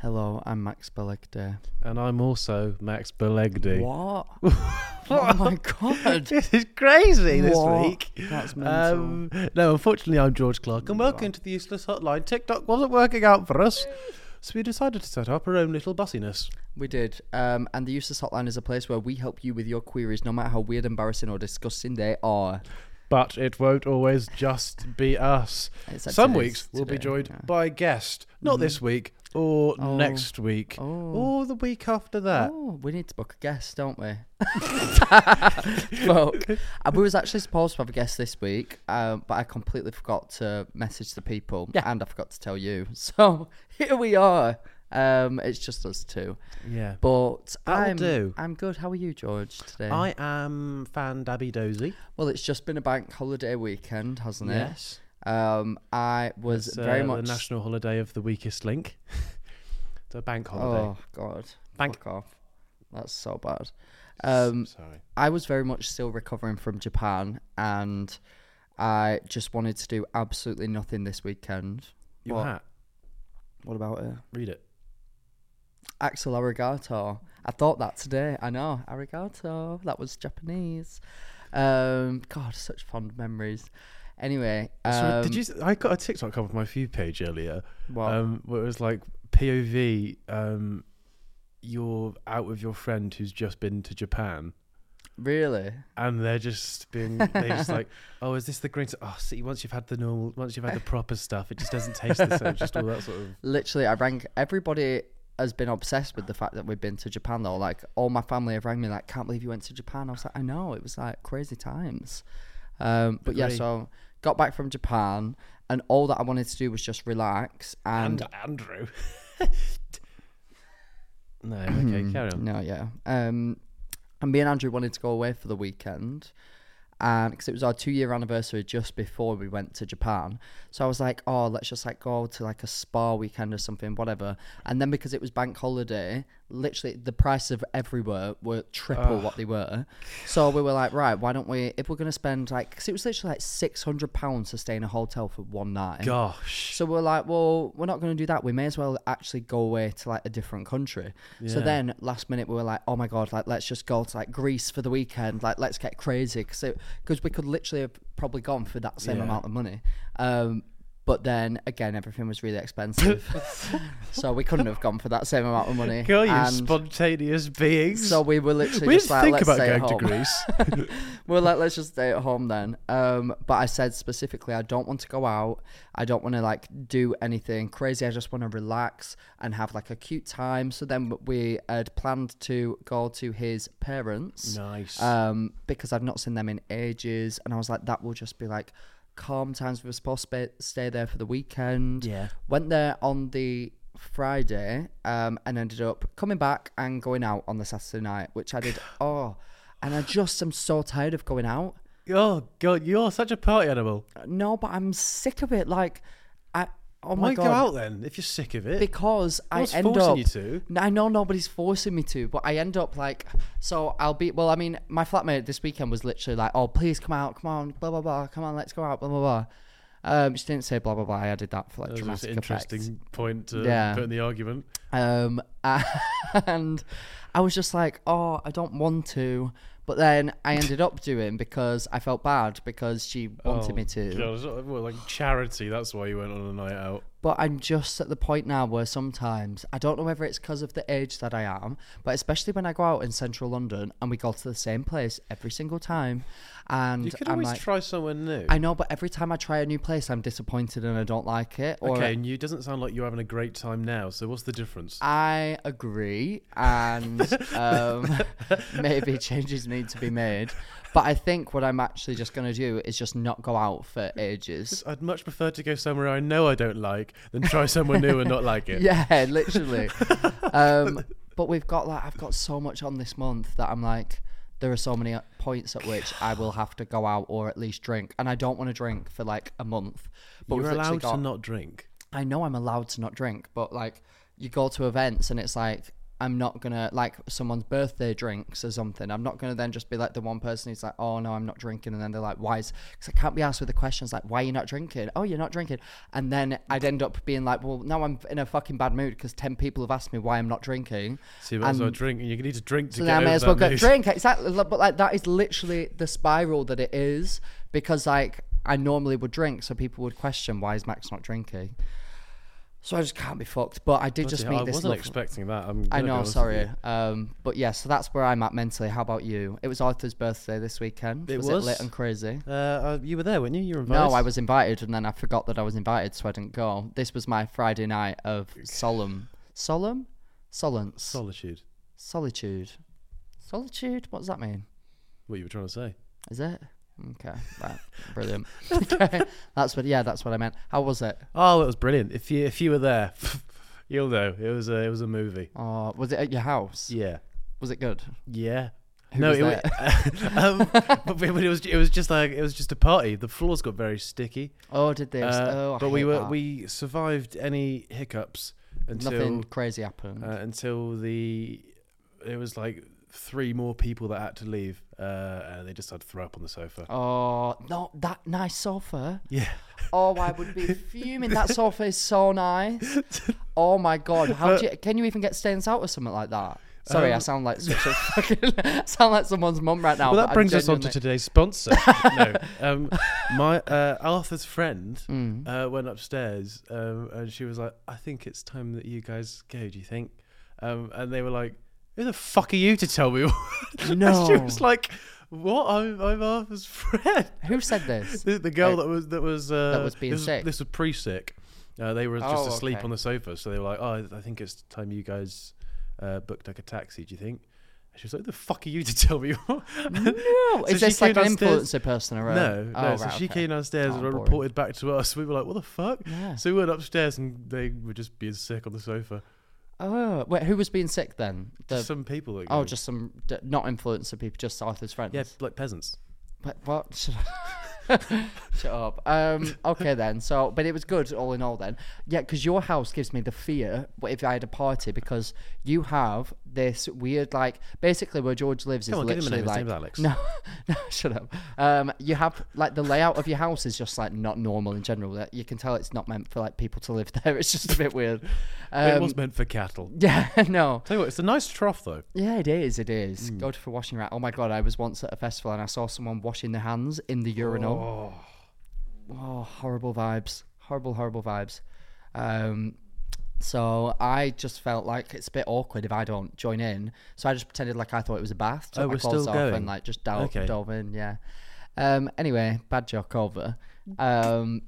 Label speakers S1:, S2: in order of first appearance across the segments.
S1: Hello, I'm Max Belegde.
S2: And I'm also Max Belegdi.
S1: What? oh my god.
S2: This is crazy this
S1: What?
S2: week. Um,
S1: That's mental.
S2: no, unfortunately, I'm George Clark, and welcome to the Useless Hotline. TikTok wasn't working out for us, so we decided to set up our own little bussiness.
S1: We did. Um, and the Useless Hotline is a place where we help you with your queries, no matter how weird, embarrassing, or disgusting they are.
S2: But it won't always just be us.
S1: It's up
S2: Some
S1: to us
S2: weeks we'll be
S1: today,
S2: joined
S1: yeah. Mm-hmm.
S2: by a guest, not this week or next week or the week after that.
S1: Oh, we need to book a guest, don't we? Fuck. Uh, we was actually supposed to have a guest this week, um, but I completely forgot to message the people, and I forgot to tell you. So here we are. Um, it's just us two.
S2: Yeah.
S1: But
S2: That'll
S1: I'm
S2: do.
S1: I'm good. How are you, George? Today.
S2: I am Fan Dabby Dozy.
S1: Well, it's just been a bank holiday weekend, hasn't it? Um, I was
S2: It's
S1: very
S2: uh,
S1: much
S2: the national holiday of the weakest link. it's a bank holiday.
S1: Oh God,
S2: Bank-
S1: fuck off. That's so bad. Um,
S2: Sorry.
S1: I was very much still recovering from Japan, and I just wanted to do absolutely nothing this weekend.
S2: Your
S1: what,
S2: hat.
S1: what about it?
S2: Read it.
S1: Axel Arigato. I thought that today. I know. Arigato. That was Japanese. Um, God, such fond memories. Anyway,
S2: Sorry,
S1: um,
S2: did you? s- I got a TikTok come off my feed page earlier.
S1: What?
S2: Um, where it was like POV. Um, you're out with your friend who's just been to Japan,
S1: really?
S2: and they're just being. They're just like, "Oh, is this the greatest? Oh, see, once you've had the normal, once you've had the proper stuff, it just doesn't taste the same. Just all that sort of.
S1: literally I rang everybody has been obsessed with the fact that we've been to Japan though. Like all my family have rang me like, Can't believe you went to Japan. I was like, I know, it was like crazy times. Um but yeah,
S2: Agree.
S1: so got back from Japan and all that I wanted to do was just relax and,
S2: And Andrew. no. Okay. Carry on.
S1: Hmm, no, yeah. Um and me and Andrew wanted to go away for the weekend. And because it was our two year anniversary just before we went to Japan. So I was like, oh, let's just like go to like a spa weekend or something, whatever. And then because it was bank holiday, literally the prices of everywhere were triple what they were. So we were like, right, why don't we, if we're going to spend like, because it was literally like £600 to stay in a hotel for one night.
S2: Gosh.
S1: So we're like, well, we're not going to do that. We may as well actually go away to like a different country. So then last minute we were like, oh my god, like let's just go to like Greece for the weekend. Like let's get crazy because because we could literally have probably gone for that same amount of money. Um, but then again, everything was really expensive, so we couldn't have gone for that same amount of money.
S2: Girl, you
S1: And
S2: spontaneous beings.
S1: so we were literally
S2: we
S1: just
S2: didn't
S1: like, let's
S2: think about
S1: stay at
S2: going to
S1: home. We
S2: Greece.
S1: We're like, let's just stay at home then. Um, but I said specifically, I don't want to go out. I don't want to like do anything crazy. I just want to relax and have like a cute time. So then we had planned to go to his parents.
S2: Nice.
S1: Um, because I've not seen them in ages, and I was like, that will just be like calm times. We were supposed to spa- stay there for the weekend.
S2: Yeah.
S1: Went there on the Friday um, and ended up coming back and going out on the Saturday night, which I did. oh, and I just am so tired of going out.
S2: oh god, you're such a party animal.
S1: No, but I'm sick of it. Like, I oh my
S2: Why
S1: god.
S2: go out then if you're sick of it?
S1: because I
S2: What's
S1: end
S2: forcing
S1: up.
S2: you to?
S1: N- I know nobody's forcing me to, but I end up like. So I'll be. Well, I mean, my flatmate this weekend was literally like, "Oh, please come out, come on, blah blah blah, come on, let's go out, blah blah blah." Um, she didn't say blah blah blah. I did that for like
S2: That's
S1: dramatic
S2: an interesting
S1: effect.
S2: point to
S1: Yeah.
S2: put in the argument.
S1: Um, and I was just like, "Oh, I don't want to," but then I ended up doing because I felt bad because she wanted me to.
S2: Oh, God, it's not- well, like charity. That's why you went on a night out.
S1: But I'm just at the point now where sometimes I don't know whether it's because of the age that I am, but especially when I go out in central London and we go to the same place every single time, and
S2: You could
S1: I'm
S2: always
S1: like,
S2: try somewhere new.
S1: I know, but every time I try a new place, I'm disappointed and I don't like it. Or
S2: okay, and you doesn't sound like you're having a great time now. So what's the difference?
S1: I agree, and um, maybe changes need to be made. But I think what I'm actually just going to do is just not go out for ages.
S2: I'd much prefer to go somewhere I know I don't like than try somewhere new and not like it.
S1: Yeah, literally. um, but we've got like I've got so much on this month that I'm like, there are so many uh, points at which I will have to go out or at least drink, and I don't want to drink for like a month. But
S2: You're
S1: we've literally
S2: allowed
S1: got,
S2: to not drink.
S1: I know I'm allowed to not drink, but like you go to events and it's like I'm not gonna like someone's birthday drinks or something. I'm not gonna then just be like the one person who's like, oh no, I'm not drinking, and then they're like, why? Because I can't be asked with the questions like, why are you not drinking? Oh, you're not drinking, and then I'd end up being like, well, now I'm in a fucking bad mood because ten people have asked me why I'm not drinking.
S2: So you might as well
S1: And-
S2: drink, and you need to drink to
S1: so
S2: get
S1: then I
S2: over
S1: may as well
S2: that
S1: go
S2: mood.
S1: drink. Exactly. Like, But like that is literally the spiral that it is because like I normally would drink, so people would question why is Max not drinking. So I just can't be fucked. But I did
S2: Bloody
S1: just
S2: hell,
S1: meet
S2: I
S1: this.
S2: wasn't
S1: lovely-
S2: expecting that. i
S1: I know. Sorry. Um, but yeah, so that's where I'm at mentally. How about you? It was Arthur's birthday this weekend.
S2: It
S1: it
S2: was.
S1: lit and crazy?
S2: Uh, uh, you were there, weren't you? You were invited.
S1: No, I was invited, and then I forgot that I was invited, so I didn't go. This was my Friday night of solemn, solemn, solence,
S2: Solitude.
S1: solitude, solitude. What does that mean?
S2: What you were trying to say?
S1: Is it? Okay, right, brilliant. okay, that's what. Yeah, that's what I meant. How was it?
S2: Oh, it was brilliant. If you if you were there, you'll know it was a it was a movie.
S1: Oh, was it at your house?
S2: Yeah,
S1: Was it good?
S2: yeah.
S1: was
S2: it, wa- um, but it was it was just like it was just a party. The floors got very sticky.
S1: Oh, did they?
S2: Uh,
S1: oh, I
S2: but we
S1: hate
S2: were
S1: that.
S2: we survived any hiccups until
S1: nothing crazy happened.
S2: uh, until the it was like three more people that had to leave uh, and they just had to throw up on the sofa.
S1: oh, not that nice sofa.
S2: Yeah,
S1: Oh, I would be fuming. That sofa is so nice. Oh my god, how do you, can you even get stains out or something like that? Sorry, I sound like such a fucking sound like someone's mum right now.
S2: Um, well,
S1: but
S2: that
S1: I
S2: brings us on to
S1: genuinely-
S2: today's sponsor. no, um, my uh, Arthur's friend
S1: Mm.
S2: uh, went upstairs um, and she was like, "I think it's time that you guys go. Do you think?" Um, and they were like, "Who the fuck are you to tell me?" what-" and she
S1: No.
S2: was like, "What? I'm, I'm Arthur's friend."
S1: Who said this?
S2: The, the girl
S1: Like-
S2: that was that was uh,
S1: Oh. was being
S2: this
S1: sick.
S2: this was pre-sick. Uh, they were
S1: Oh,
S2: just asleep
S1: okay.
S2: on the sofa, so they were like, "Oh, I think it's time you guys uh, booked like a taxi." Do you think? And she was like, "The fuck are you to tell me?" no,
S1: Oh, is this like an influencer person or a-
S2: No,
S1: Oh,
S2: no.
S1: right,
S2: so she
S1: okay.
S2: came downstairs
S1: Oh,
S2: and
S1: boring.
S2: reported back to us. We were like, "What the fuck?"
S1: Yeah.
S2: So we went upstairs and they were just being sick on the sofa.
S1: Oh, wait, who was being sick then? The
S2: Some people. That
S1: oh,
S2: go-
S1: just some d- not influencer people, just Arthur's friends.
S2: yeah, like peasants.
S1: But what? Shut up. Shut up. Um, okay then. So, but it was good all in all then. Yeah, because your house gives me the fear. But if I had a party, because you have this weird like basically where George lives is
S2: Come on, give him a
S1: literally
S2: name. His
S1: like
S2: name's Alex.
S1: no, no, shut up. Um, you have like the layout of your house is just like not normal in general. That you can tell it's not meant for like people to live there. It's just a bit weird.
S2: it
S1: Um,
S2: was meant for cattle.
S1: yeah, no.
S2: Tell you what, it's a nice trough though.
S1: Yeah, it is. It is.
S2: Hmm.
S1: Go to for washing rat. Oh my god, I was once at a festival and I saw someone washing their hands in the urinal. Oh, horrible vibes. Horrible, horrible vibes. Um, so I just felt like it's a bit awkward if I don't join in. So I just pretended like I thought it was a bath. Took
S2: Oh,
S1: my
S2: we're
S1: clothes
S2: still
S1: off
S2: going?
S1: and like just dove,
S2: Okay.
S1: dove in. Yeah. Um. Anyway, bad joke over. Um.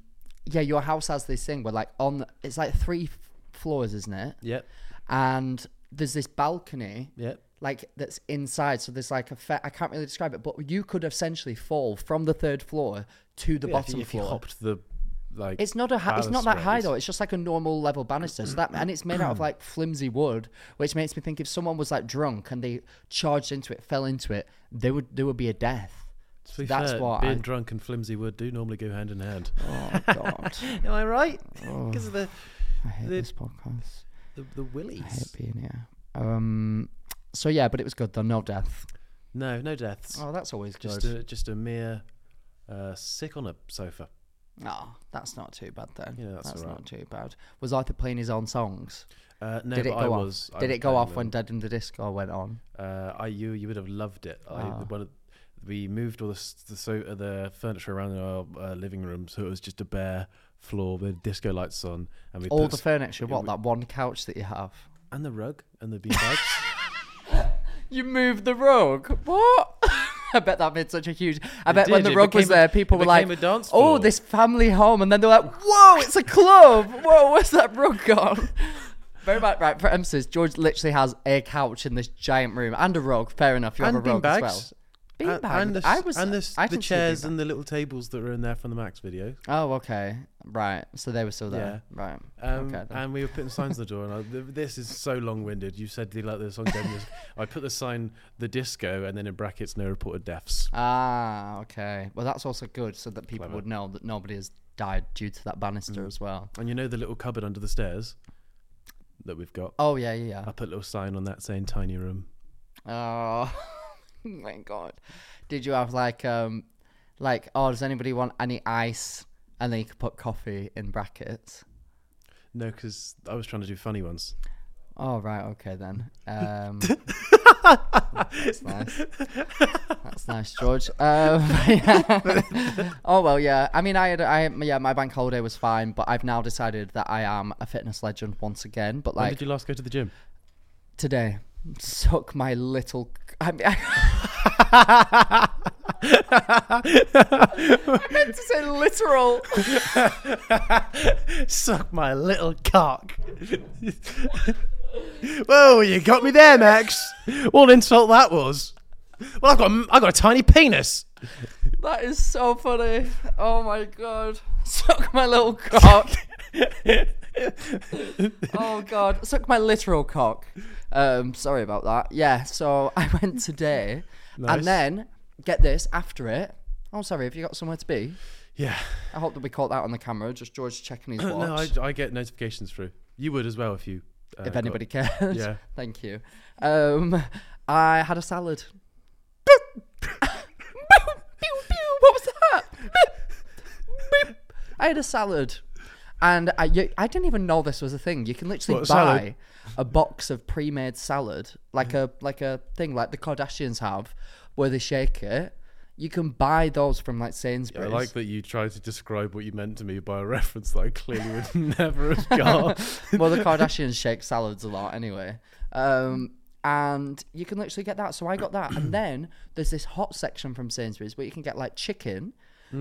S1: Yeah, your house has this thing where like on it's like three f- floors, isn't it?
S2: Yep.
S1: and there's this balcony
S2: Yep.
S1: like that's inside so there's like a fe- i can't really describe it but you could essentially fall from the third floor to the
S2: Yeah, if
S1: bottom
S2: you- if you
S1: floor
S2: hopped the like
S1: it's not a ha- it's not
S2: ballast
S1: that high
S2: ways.
S1: though it's just like a normal level banister so that and it's made out of like flimsy wood which makes me think if someone was like drunk and they charged into it fell into it there would there would be a death
S2: To be
S1: that's
S2: fair,
S1: what
S2: being
S1: I-
S2: drunk and flimsy wood do normally go hand in hand. Oh.
S1: oh god
S2: Am I right? Because of the,
S1: i hate
S2: The-
S1: this podcast
S2: the the
S1: i hate
S2: willies.
S1: being here um so yeah but it was good though no death
S2: No, no deaths.
S1: oh that's always good
S2: just a, just a mere uh, sick on a sofa.
S1: Oh, that's not too bad then.
S2: Yeah, that's alright.
S1: not too bad. Was Arthur playing his own songs?
S2: Uh, no,
S1: Did it
S2: but
S1: go
S2: I
S1: off?
S2: was. I
S1: Did
S2: was
S1: it go
S2: playing
S1: off when
S2: them.
S1: Dead in the Disco went on?
S2: Uh, I you you would have loved it. I,
S1: Ah.
S2: one of, we moved all the s- the, so, uh, the furniture around in our uh, living room, so it was just a bare floor with disco lights on, and we
S1: All
S2: put
S1: the
S2: s-
S1: furniture, what that one couch that you have?
S2: and the rug and the beanbags.
S1: You moved the rug. What? I bet that made such a huge. I bet when
S2: did,
S1: the
S2: it
S1: rug was
S2: became a-
S1: there, people
S2: it
S1: were like,
S2: became a dance
S1: "Oh,
S2: floor."
S1: this family home," and then they're like, "Whoa, it's a club! Whoa, where's that rug gone?" Very much right for emphasis. George literally has a couch in this giant room and a rug. Fair enough. You
S2: and
S1: have a rug as
S2: beanbags. A-
S1: well. Beanbag.
S2: And the,
S1: I was.
S2: and the, s-
S1: I
S2: the
S1: didn't see a
S2: chairs
S1: beanbag.
S2: and the little tables that were in there from the Max video.
S1: Oh, okay. Right. So they were still there.
S2: Yeah.
S1: Right.
S2: Um,
S1: okay. Then.
S2: and we were putting signs on the door, and I, th- this is so long-winded. You said you like this on game. music. I put the sign, the disco, and then in brackets, no reported deaths.
S1: Ah, okay. Well, that's also good, so that people would know that nobody has died due to that
S2: Mm.
S1: banister as well.
S2: And you know the little cupboard under the stairs that we've got.
S1: Oh yeah, yeah. yeah.
S2: I put a little sign on that saying "tiny room."
S1: Oh my god. Did you have like um like oh does anybody want any ice? And then you could put coffee in brackets.
S2: No, because I was trying to do funny ones.
S1: Oh right, okay then. Um That's nice. That's nice, George. Um, yeah. Oh well, yeah. I mean, I had, I yeah, my bank holiday was fine, but I've now decided that I am a fitness legend once again. But
S2: When
S1: like,
S2: did you last go to the gym?
S1: today. Suck my little. c- I mean, I, meant to say literal.
S2: Suck my little cock. Whoa, you got me there, Max. What an insult that was. Well, I've got I got a tiny penis.
S1: That is so funny. Oh my god. Suck my little cock. oh god. Suck my literal cock. Um, sorry about that. Yeah. So I went today,
S2: Nice.
S1: and then get this after it. Oh, sorry. Have you got somewhere to be?
S2: Yeah.
S1: I hope that we caught that on the camera. Just George checking his watch.
S2: No, I, I get notifications through. You would as well if you. Uh,
S1: if
S2: got-
S1: anybody cares.
S2: Yeah.
S1: Thank you. Um, I had a salad. what was that? I had a salad. And I, you- I didn't even know this was a thing. You can literally
S2: What, a
S1: buy
S2: salad?
S1: a box of pre-made salad, like a like a thing like the Kardashians have, where they shake it. You can buy those from like
S2: I
S1: Sainsbury's.
S2: like that you tried to describe what you meant to me by a reference that I clearly would never have got.
S1: well, the Kardashians shake salads a lot anyway. Um, and you can literally get that. So I got that. and then there's this hot section from Sainsbury's where you can get like chicken.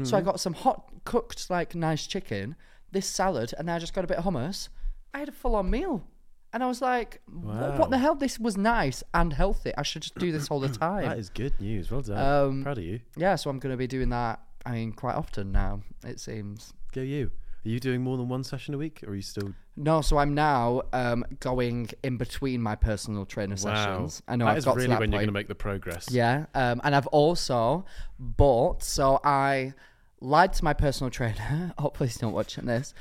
S1: So
S2: Hmm.
S1: I got some hot, cooked, like nice chicken, this salad, and then I just got a bit of hummus. I had a full on meal. And I was like, "Wh- what the hell? This was nice and healthy. I should just do this all the time.
S2: that is good news. Well done. Proud of you.
S1: yeah, so I'm going to be doing that, I mean, quite often now, it seems.
S2: Go you. Are you doing more than one session a week, or are you still?
S1: No, so I'm now um, going in between my personal trainer sessions. I know
S2: That
S1: I've
S2: is
S1: got
S2: really
S1: to that
S2: when
S1: point.
S2: you're going to make the progress.
S1: yeah, um, and I've also bought. So I lied to my personal trainer. oh, Hopefully, he's not watching this,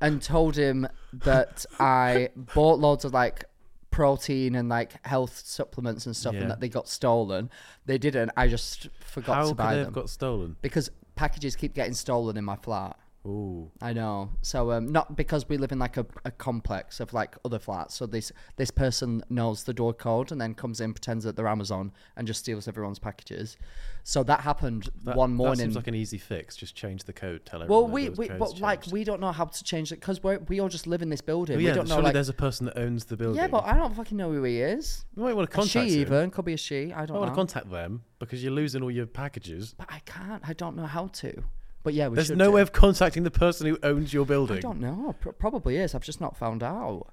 S1: and told him that I bought loads of like protein and like health supplements and stuff,
S2: Yeah.
S1: and that they got stolen. They didn't. I just forgot
S2: How
S1: to
S2: could
S1: buy
S2: they
S1: them
S2: have got stolen?
S1: because packages keep getting stolen in my flat.
S2: Ooh.
S1: I know. So um, not because we live in like a, a complex of like other flats. So this this person knows the door code and then comes in, pretends that they're Amazon, and just steals everyone's packages. So that happened
S2: That-
S1: one
S2: That
S1: morning.
S2: seems like an easy fix. Just change the code. Tell everyone.
S1: well,
S2: that
S1: we
S2: those
S1: we
S2: codes
S1: but like
S2: changed.
S1: we don't know how to change it because we we all just live in this building.
S2: Well,
S1: we
S2: yeah,
S1: don't know
S2: surely
S1: like
S2: there's a person that owns the building.
S1: yeah, but I don't fucking know who he is.
S2: you might want to
S1: A she
S2: contact. him.
S1: even could be a she. I
S2: I
S1: don't
S2: want
S1: know.
S2: to contact them because you're losing all your packages.
S1: but I can't. I don't know how to. But yeah, we
S2: There's
S1: should
S2: no
S1: do.
S2: way of contacting the person who owns your building.
S1: I don't know. Pro- probably is. I've just not found out.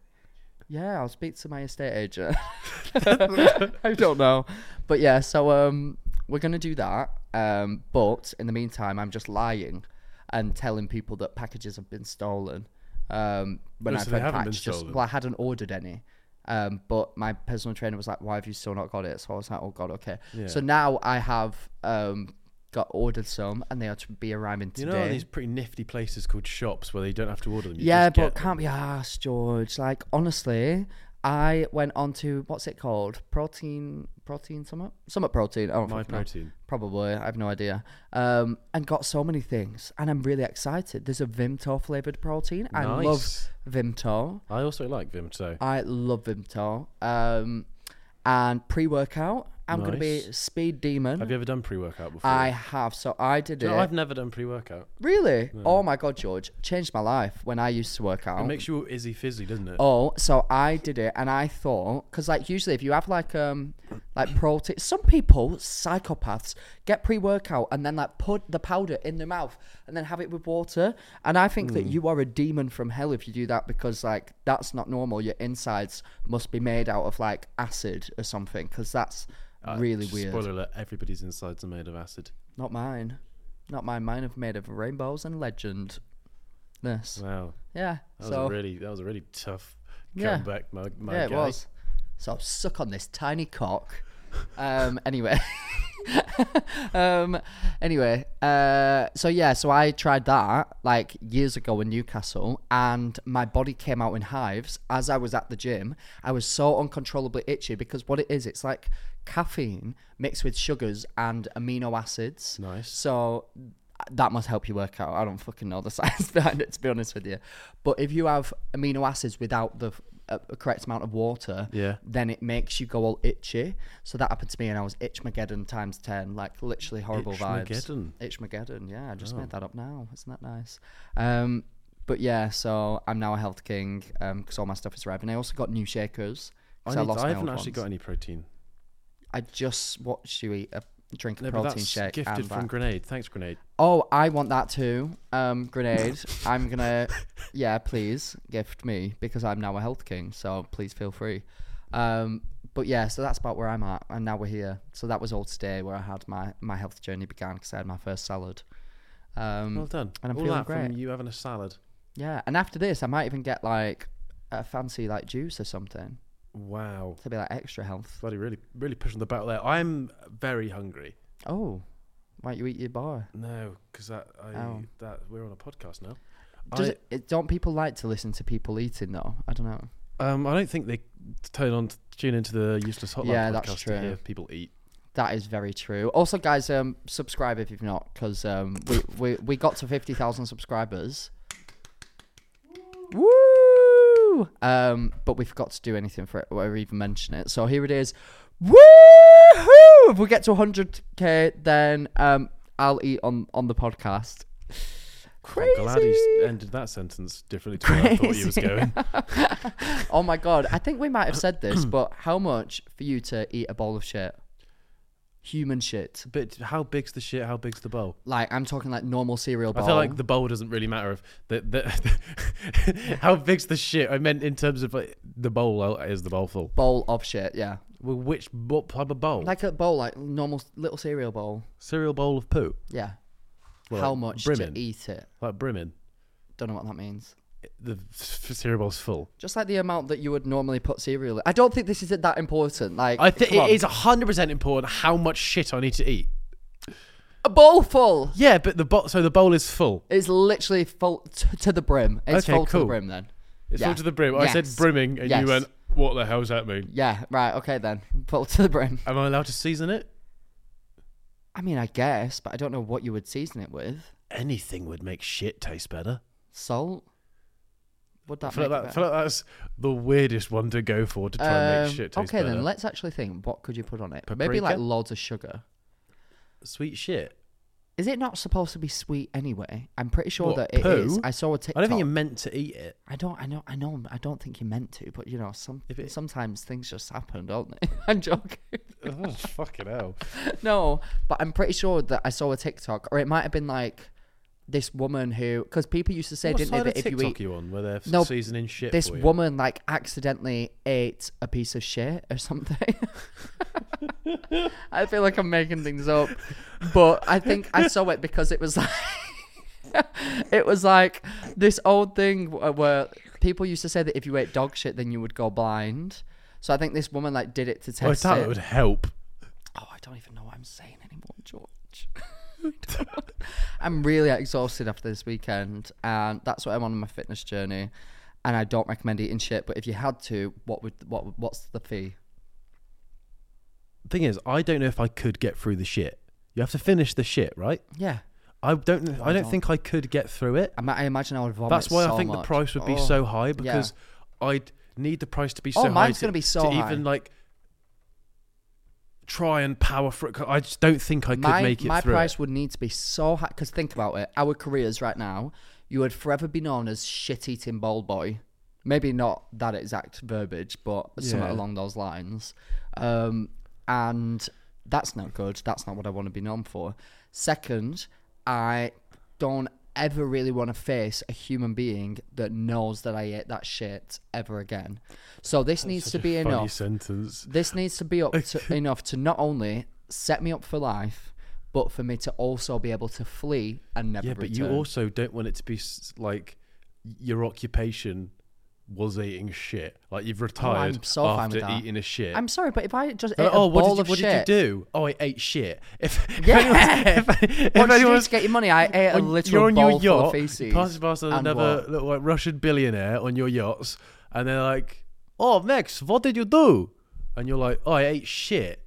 S1: Yeah, I'll speak to my estate agent. I don't know. But yeah, so um we're going to do that. Um but in the meantime, I'm just lying and telling people that packages have been stolen. Um when
S2: No,
S1: I've
S2: Oh, so they
S1: had
S2: haven't been
S1: packages, just,
S2: stolen.
S1: well I hadn't ordered any. Um but my personal trainer was like, "Why have you still not got it?" So I was like, "Oh god, okay." So now I have um got ordered some and they are to be arriving
S2: You
S1: today.
S2: know these pretty nifty places called shops where they don't have to order them. You
S1: Yeah,
S2: just get
S1: but
S2: them.
S1: can't be asked, George. Like honestly, I went on to what's it called? Protein, protein, summit, summit protein. Oh,
S2: My protein.
S1: Probably, I have no idea. Um, and got so many things, and I'm really excited. There's a Vimto flavored protein. I love
S2: Nice.
S1: Vimto.
S2: I also like Vimto.
S1: I love Vimto. Um, and pre workout. I'm gonna be
S2: Nice.
S1: Speed Demon.
S2: Have you ever done pre-workout before?
S1: I have. So I did
S2: Do you
S1: it.
S2: know, I've never done pre-workout.
S1: Really? Oh my god, George changed my life when I used to work out.
S2: It makes you all izzy fizzy, doesn't it?
S1: Oh, so I did it, and I thought because like usually if you have like um like protein, some people psychopaths get pre workout and then like put the powder in their mouth and then have it with water, and I think
S2: Hmm.
S1: that you are a demon from hell if you do that because like that's not normal. Your insides must be made out of like acid or something because that's really
S2: Just
S1: weird.
S2: Uh, Spoiler alert: everybody's insides are made of acid.
S1: Not mine, not mine. Mine have made of rainbows and legend. This,
S2: Wow,
S1: yeah.
S2: that
S1: so
S2: was a really that was a really tough
S1: Yeah.
S2: comeback, my, my
S1: yeah, it
S2: guy.
S1: was. So suck on this tiny cock. Um, anyway. um, anyway, uh, so yeah, so I tried that like years ago in Newcastle, and my body came out in hives as I was at the gym. I was so uncontrollably itchy because what it is, it's like caffeine mixed with sugars and amino acids.
S2: Nice.
S1: So that must help you work out. I don't fucking know the science behind it, to be honest with you. But if you have amino acids without the uh, correct amount of water,
S2: Yeah.
S1: then it makes you go all itchy. So that happened to me, and I was Itchmageddon times 10, like literally horrible
S2: Itchmageddon? Oh.
S1: vibes. Itchmageddon, yeah, I just made that up now. Isn't that nice? Um, but yeah, so I'm now a health king because all my stuff is red. And I also got new shakers. 'cause
S2: I, need, I
S1: my
S2: haven't
S1: old
S2: actually got
S1: ones.
S2: any protein.
S1: I just watched you eat a drink of
S2: No, but
S1: protein
S2: that's
S1: shake.
S2: gifted
S1: and uh,
S2: from
S1: that.
S2: Grenade. Thanks, Grenade.
S1: Oh, I want that too. Um, grenade. I'm gonna, yeah, please gift me because I'm now a health king. So please feel free. Um, but yeah, so that's about where I'm at, and now we're here. So that was all today, where I had my my health journey began because I had my first salad. Um,
S2: Well done.
S1: And I'm
S2: All
S1: feeling
S2: that from
S1: great.
S2: you having a salad.
S1: yeah, and after this, I might even get like a fancy like juice or something
S2: Wow.
S1: to be like extra health.
S2: Bloody really, really pushing the battle there. I'm very hungry.
S1: Oh, why don't you eat your bar?
S2: No, because that I
S1: Oh.
S2: that we're on a podcast now.
S1: Does
S2: I,
S1: it, it- don't people like to listen to people eating though? I don't know.
S2: um, I don't think they turn on tune into the useless hotline
S1: Yeah,
S2: podcast
S1: that's
S2: to
S1: true.
S2: hear people eat.
S1: That is very true. Also, guys, um, subscribe if you've not, because um, we, we we got to fifty thousand subscribers. Woo! Um, but we forgot to do anything for it or even mention it. So here it is. Woo! If we get to hundred k, then um, I'll eat on on the podcast. Crazy.
S2: I'm glad he ended that sentence differently to where I thought he was going.
S1: oh my god! I think we might have said this, but how much for you to eat a bowl of shit? Human shit.
S2: but how big's the shit? How big's the bowl?
S1: Like I'm talking like normal cereal bowl.
S2: I feel like the bowl doesn't really matter if the, the how big's the shit. I meant in terms of like, the bowl is the bowl full.
S1: bowl of shit. Yeah,
S2: Well, which what type of bowl?
S1: like a bowl, like normal s- little cereal bowl.
S2: cereal bowl of poo,
S1: Yeah.
S2: Well,
S1: How
S2: like
S1: much
S2: brimming.
S1: to eat it?
S2: like brimming.
S1: Don't know what that means.
S2: The f- f- cereal bowl's full.
S1: Just like the amount that you would normally put cereal. in. I don't think this is that important. Like
S2: I think
S1: come on.
S2: it is hundred percent important how much shit I need to eat.
S1: a bowl full.
S2: Yeah, but the bowl so the bowl is full.
S1: It's literally full t- to the brim. It's
S2: Okay,
S1: full to
S2: cool.
S1: the brim then.
S2: It's
S1: Yeah.
S2: full to the brim. I said
S1: Yes.
S2: brimming, and
S1: Yes.
S2: you went, "What the hell's that mean?"
S1: Yeah. Right. Okay then. Full to the brim.
S2: Am I allowed to season it?
S1: I mean, I guess, but I don't know what you would season it with.
S2: Anything would make shit taste better.
S1: Salt. Would
S2: I
S1: that
S2: feel
S1: make
S2: like,
S1: it
S2: that, I feel
S1: better?
S2: like that's the weirdest one to go for to try and
S1: Um,
S2: make shit taste
S1: okay
S2: better.
S1: then, let's actually think. What could you put on it? Maybe like
S2: Paprika?
S1: loads of sugar.
S2: sweet shit.
S1: Is it not supposed to be sweet anyway? I'm pretty sure
S2: What,
S1: that it is.
S2: poo?
S1: I saw a TikTok.
S2: I don't think you're meant to eat it.
S1: I don't. I know. I know. I don't think you meant to, but you know, some
S2: If it-
S1: sometimes things just happen, don't they? I'm joking.
S2: oh, fucking hell.
S1: no, but I'm pretty sure that I saw a TikTok, or it might have been like this woman who, because people used to say,
S2: what
S1: didn't they,
S2: side
S1: that
S2: of
S1: if you
S2: TikTok
S1: eat
S2: are you on where they're f-
S1: No,
S2: seasoning shit
S1: this
S2: for you?
S1: woman like accidentally ate a piece of shit or something. I feel like I'm making things up, but I think I saw it because it was like it was like this old thing wh- where people used to say that if you ate dog shit, then you would go blind. So I think this woman like did it to
S2: Well,
S1: test
S2: that
S1: it.
S2: would help.
S1: Oh, I don't even know what I'm saying anymore, George. I'm really exhausted after this weekend, and that's what I'm on in my fitness journey. And I don't recommend eating shit, but if you had to, what would what would- what's the fee?
S2: Thing is, I don't know if I could get through the shit. You have to finish the shit, right?
S1: Yeah,
S2: I don't. I, don't, think I could get through it.
S1: I, ma- I imagine I would vomit.
S2: That's why
S1: so
S2: I think
S1: much.
S2: the price would be
S1: Oh,
S2: so high
S1: yeah.
S2: because I'd need the price to be so
S1: Oh,
S2: high.
S1: mine's
S2: to-
S1: gonna be so
S2: to
S1: high.
S2: even like try and power through. I just don't think I could
S1: my
S2: make it
S1: my
S2: through.
S1: price
S2: it.
S1: would need to be so high. Because think about it, our careers right now, you would forever be known as shit eating bowl boy. Maybe not that exact verbiage, but something
S2: Yeah.
S1: along those lines. Um, and that's not good. That's not what I want to be known for. Second, I don't ever really want to face a human being that knows that I ate that shit ever again. So this needs to be
S2: Funny
S1: enough
S2: sentence.
S1: this needs to be up to, enough to not only set me up for life, but for me to also be able to flee and never
S2: Yeah, but
S1: return.
S2: you also don't want it to be s- like your occupation was eating shit. Like you've retired
S1: Oh, I'm so fine
S2: after
S1: with that.
S2: eating a shit.
S1: I'm sorry, but if I just ate
S2: Like,
S1: a
S2: oh, what,
S1: bowl
S2: did you,
S1: of
S2: what
S1: shit,
S2: did you do? Oh, I ate shit. If, if
S1: Yeah.
S2: anyone- if, if
S1: What did you do
S2: anyone's-
S1: to get your money? I ate a
S2: when
S1: literal
S2: your
S1: bowl full of
S2: you
S1: feces.
S2: Pass past
S1: And
S2: another
S1: what?
S2: little, like, Russian billionaire on your yachts, and they're like, "Oh, Max, what did you do?" And you're like, "Oh, I ate shit."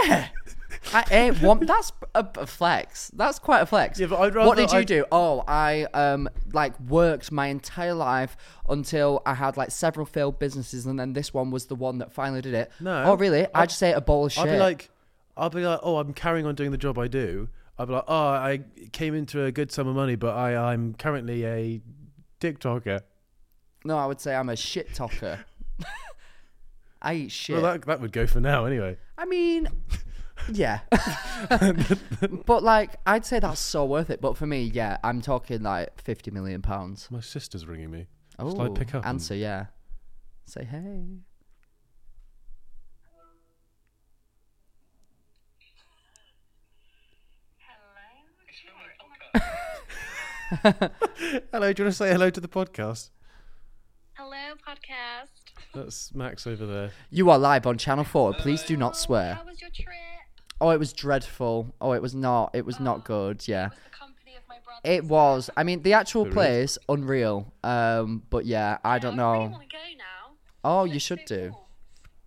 S1: I ate one. That's a, a flex. That's quite a flex.
S2: Yeah, but I'd
S1: What
S2: rather
S1: did you
S2: I-
S1: do? Oh, I um like worked my entire life until I had like several failed businesses, and then this one was the one that finally did it.
S2: No.
S1: Oh, really? I, just ate a bowl of shit.
S2: I'd be like, I'd be like, "Oh, I'm carrying on doing the job I do." I'd be like, "Oh, I came into a good sum of money, but I, I'm currently a TikToker."
S1: no, I would say I'm a shit talker. I eat shit.
S2: Well, that that would go for now, anyway.
S1: I mean, yeah. but like, I'd say that's so worth it. But for me, yeah, I'm talking like fifty million pounds.
S2: My sister's ringing me.
S1: Oh,
S2: Shall I pick up? and-
S1: answer, yeah. Say hey.
S3: Oh
S2: Hello, do you want to say hello to the podcast?
S3: Hello, podcast.
S2: That's Max over there.
S1: You are live on Channel Four. Please do not swear.
S3: How was your trip?
S1: Oh, it was dreadful. Oh, it was not. It was not good. Yeah.
S3: The company of my brother.
S1: It was. I mean, the actual place, unreal. Um, but yeah, I don't
S3: I really
S1: know.
S3: want to go now.
S1: Oh, you should do.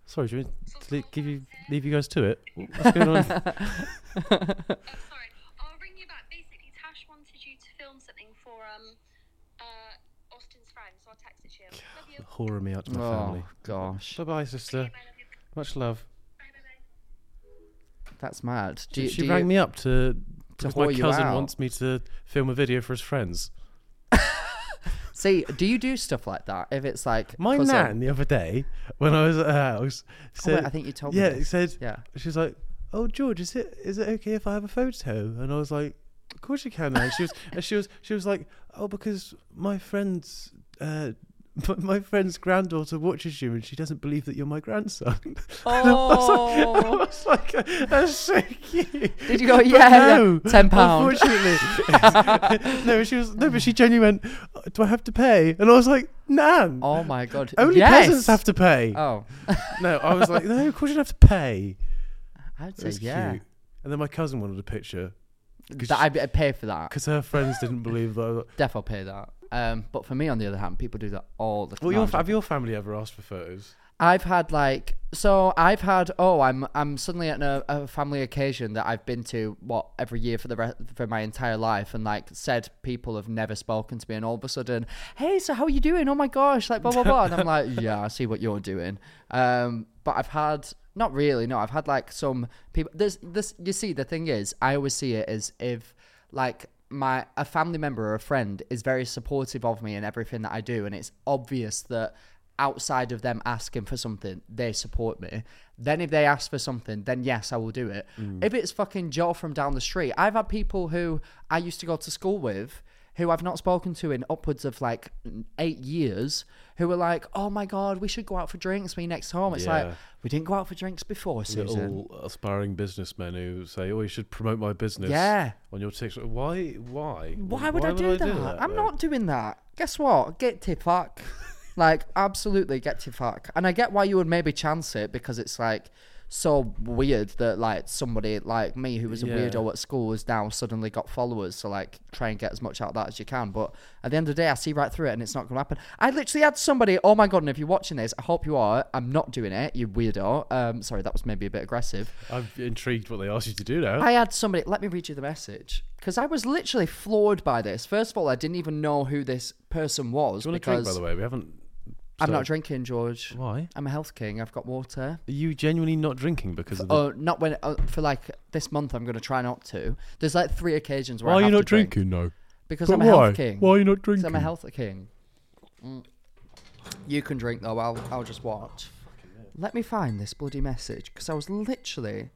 S2: Sorry, do you want me to le- give you leave you guys to it? What's going on?
S3: Oh, sorry. I'll ring you back. Basically, Tash wanted you to film something for um uh Austin's friend, so I texted you. Love you.
S2: Horror me out to my
S1: Oh
S2: family.
S1: gosh,
S2: Bye bye, sister.
S3: Bye, love you.
S2: Much love.
S3: Bye, bye, bye.
S1: that's mad. Do you,
S2: she
S1: do
S2: rang
S1: you,
S2: me up to because
S1: whore
S2: my
S1: you
S2: cousin
S1: out.
S2: wants me to film a video for his friends.
S1: See, do you do stuff like that? If it's like
S2: My
S1: cousin-
S2: nan the other day, when I was at her house, said,
S1: Oh, I think you told me
S2: Yeah,
S1: this.
S2: said,
S1: Yeah.
S2: She's like, "Oh, George, is it is it okay if I have a photo?" And I was like, "Of course you can." Man. She was, and she was, she was like, "Oh, because my friend's uh, my- my friend's granddaughter watches you, and she doesn't believe that you're my grandson." And I was like, I was like, "That's so cute."
S1: Oh. Did you go?
S2: But
S1: Yeah, yeah,
S2: no,
S1: ten pound.
S2: Unfortunately, no. She was no, but she genuinely went. "Oh, Do I have to pay? And I was like, Nan.
S1: Oh my god.
S2: Only
S1: yes!
S2: peasants have to pay.
S1: Oh,
S2: No, I was like, no, of course you don't have to pay.
S1: I'd say
S2: It's
S1: yeah.
S2: cute. And then my cousin wanted a picture
S1: That I'd I'd pay for that.
S2: because her friends didn't believe that. I was-
S1: Defo pay that. Um, but for me, on the other hand, people do that all the time.
S2: Well, your, have your family ever asked for photos?
S1: I've had like so I've had oh I'm I'm suddenly at a, a family occasion that I've been to what every year for the re- for my entire life and like said people have never spoken to me and all of a sudden hey so how are you doing oh my gosh like blah blah blah and I'm like yeah I see what you're doing um but I've had not really no I've had like some people there's this you see the thing is I always see it as if like my a family member or a friend is very supportive of me in everything that I do and it's obvious that outside of them asking for something they support me then if they ask for something then yes I will do it
S2: Mm.
S1: if it's fucking Joe from down the street I've had people who I used to go to school with who I've not spoken to in upwards of like 8 years who were like oh my god we should go out for drinks when you next home it's like
S2: Yeah.
S1: we didn't go out for drinks before Susan
S2: Little aspiring businessmen who say, "Oh, you should promote my business."
S1: Yeah.
S2: On your TikTok, why? Why?
S1: Why would I do that? I'm
S2: though?
S1: not doing that. Guess what? Get to fuck. like, absolutely get to fuck. And I get why you would maybe chance it because it's like so weird that like somebody like me who was a
S2: Yeah.
S1: weirdo at school has now suddenly got followers. So like try and get as much out of that as you can. But at the end of the day I see right through it and it's not gonna happen. I literally had somebody, oh my god, and if you're watching this, I hope you are. I'm not doing it, you weirdo. Um sorry, that was maybe a bit aggressive.
S2: I'm intrigued what they asked you to do now.
S1: I had somebody. Let me read you the message because I was literally floored by this. First of all, I didn't even know who this person was
S2: do you want a
S1: because
S2: drink, by the way? We haven't
S1: I'm
S2: So-
S1: not drinking, George.
S2: Why?
S1: I'm a health king. I've got water.
S2: Are you genuinely not drinking because of the?
S1: Oh, not when uh, for like this month. I'm gonna try not to. There's like three occasions where
S2: why
S1: I
S2: are you
S1: have to
S2: not
S1: drink.
S2: drinking? No.
S1: because
S2: But
S1: I'm a
S2: why?
S1: health king.
S2: Why are you not
S1: 'Cause I'm a
S2: drinking?
S1: health king. Mm. You can drink though. I'll I'll just watch. Let me find this bloody message because I was literally.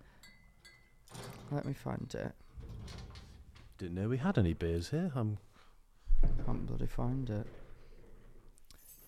S1: Let me find it.
S2: Didn't know we had any beers here. I'm
S1: Can't bloody find it.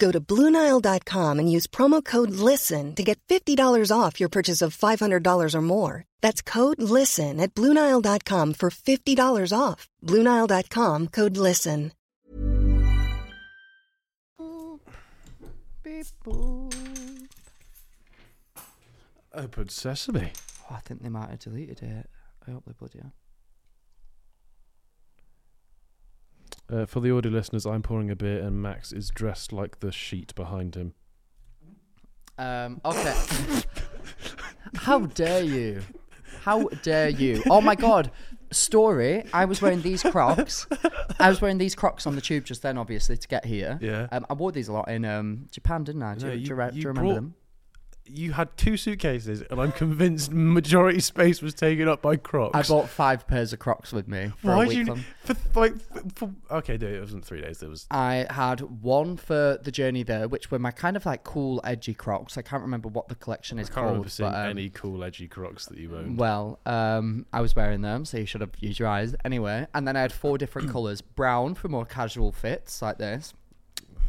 S4: Go to BlueNile.com and use promo code LISTEN to get $50 off your purchase of $500 or more. That's code LISTEN at BlueNile.com for $50 off. BlueNile.com code LISTEN.
S1: Beep boop.
S2: open sesame.
S1: Oh, I think they might have deleted it. I hope they bloody have.
S2: Uh, for the audio listeners, I'm pouring a beer, and Max is dressed like the sheet behind him.
S1: Um, okay. How dare you? How dare you? Oh my god. Story, I was wearing these Crocs. I was wearing these Crocs on the tube just then, obviously, to get here.
S2: Yeah.
S1: Um, I wore these a lot in um, Japan, didn't I? Do,
S2: No,
S1: you,
S2: you-
S1: do you re-
S2: you
S1: do you remember
S2: brought-
S1: them?
S2: You had two suitcases, and I'm convinced majority space was taken up by Crocs.
S1: I bought five pairs of Crocs with me for
S2: Why
S1: a
S2: do
S1: week
S2: you
S1: long.
S2: for like for, for, okay? No, it wasn't three days. It was
S1: I had one for the journey there, which were my kind of like cool, edgy Crocs. I can't remember what the collection is
S2: I can't
S1: called.
S2: remember seeing
S1: but, um,
S2: any cool edgy Crocs that you owned.
S1: Well, um, I was wearing them, so you should have used your eyes anyway. And then I had four different colours: brown for more casual fits like this,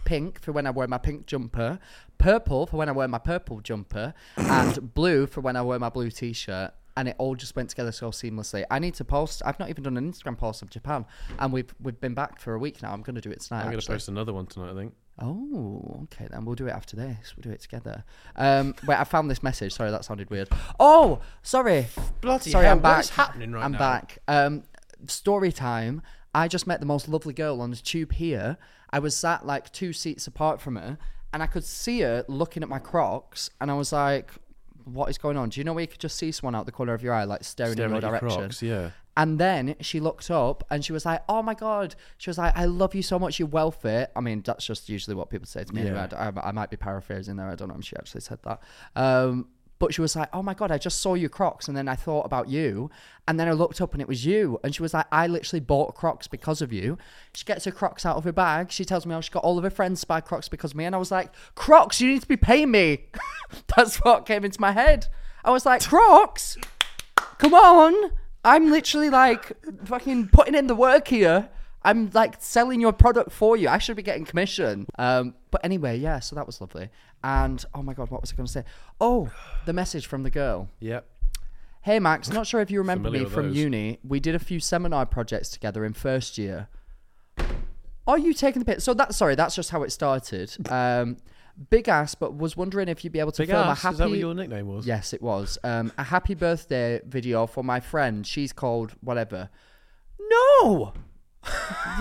S1: pink for when I wear my pink jumper, purple for when I wear my purple jumper, and blue for when I wear my blue t-shirt. And it all just went together so seamlessly. I need to post. I've not even done an Instagram post of Japan, and we've we've been back for a week now. I'm going to do it tonight.
S2: I'm going to
S1: actually.
S2: post another one tonight. I think.
S1: Oh, okay then. We'll do it after this. We'll do it together. Um, wait, I found this message. Sorry, that sounded weird. Oh, sorry.
S2: Bloody
S1: sorry,
S2: hell,
S1: I'm back.
S2: what is happening right
S1: I'm
S2: now?
S1: back. Um, story time. I just met the most lovely girl on the tube here. I was sat like two seats apart from her, and I could see her looking at my Crocs, and I was like, "What is going on?" Do you know where you could just see someone out the corner of your eye, like staring,
S2: Staring
S1: in
S2: at
S1: your
S2: your
S1: direction?
S2: Crocs, yeah.
S1: And then she looked up and she was like, "Oh my god!" She was like, "I love you so much. You're well fit." I mean, that's just usually what people say to me. anyway. I, I- I might be paraphrasing there. I don't know if she actually said that. Um, but she was like, "Oh my god! I just saw you Crocs, and then I thought about you, and then I looked up and it was you." And she was like, "I literally bought Crocs because of you." She gets her Crocs out of her bag. She tells me how she got all of her friends to buy Crocs because of me, and I was like, "Crocs, you need to be paying me." that's what came into my head. I was like, "Crocs." come on. I'm literally like fucking putting in the work here. I'm like selling your product for you. I should be getting commission. Um, but anyway, yeah, so that was lovely. And oh my God, what was I going to say? Oh, the message from the girl.
S2: Yep.
S1: Hey, Max, not sure if you remember
S2: Familiar
S1: me
S2: with
S1: from
S2: those.
S1: uni. We did a few seminar projects together in first year. Are you taking the piss? So that's sorry, that's just how it started. Um, big ass, but was wondering if you'd be able to
S2: Big
S1: film
S2: ass.
S1: a happy.
S2: Is that what your nickname was?
S1: Yes, it was. Um, a happy birthday video for my friend. She's called whatever. No!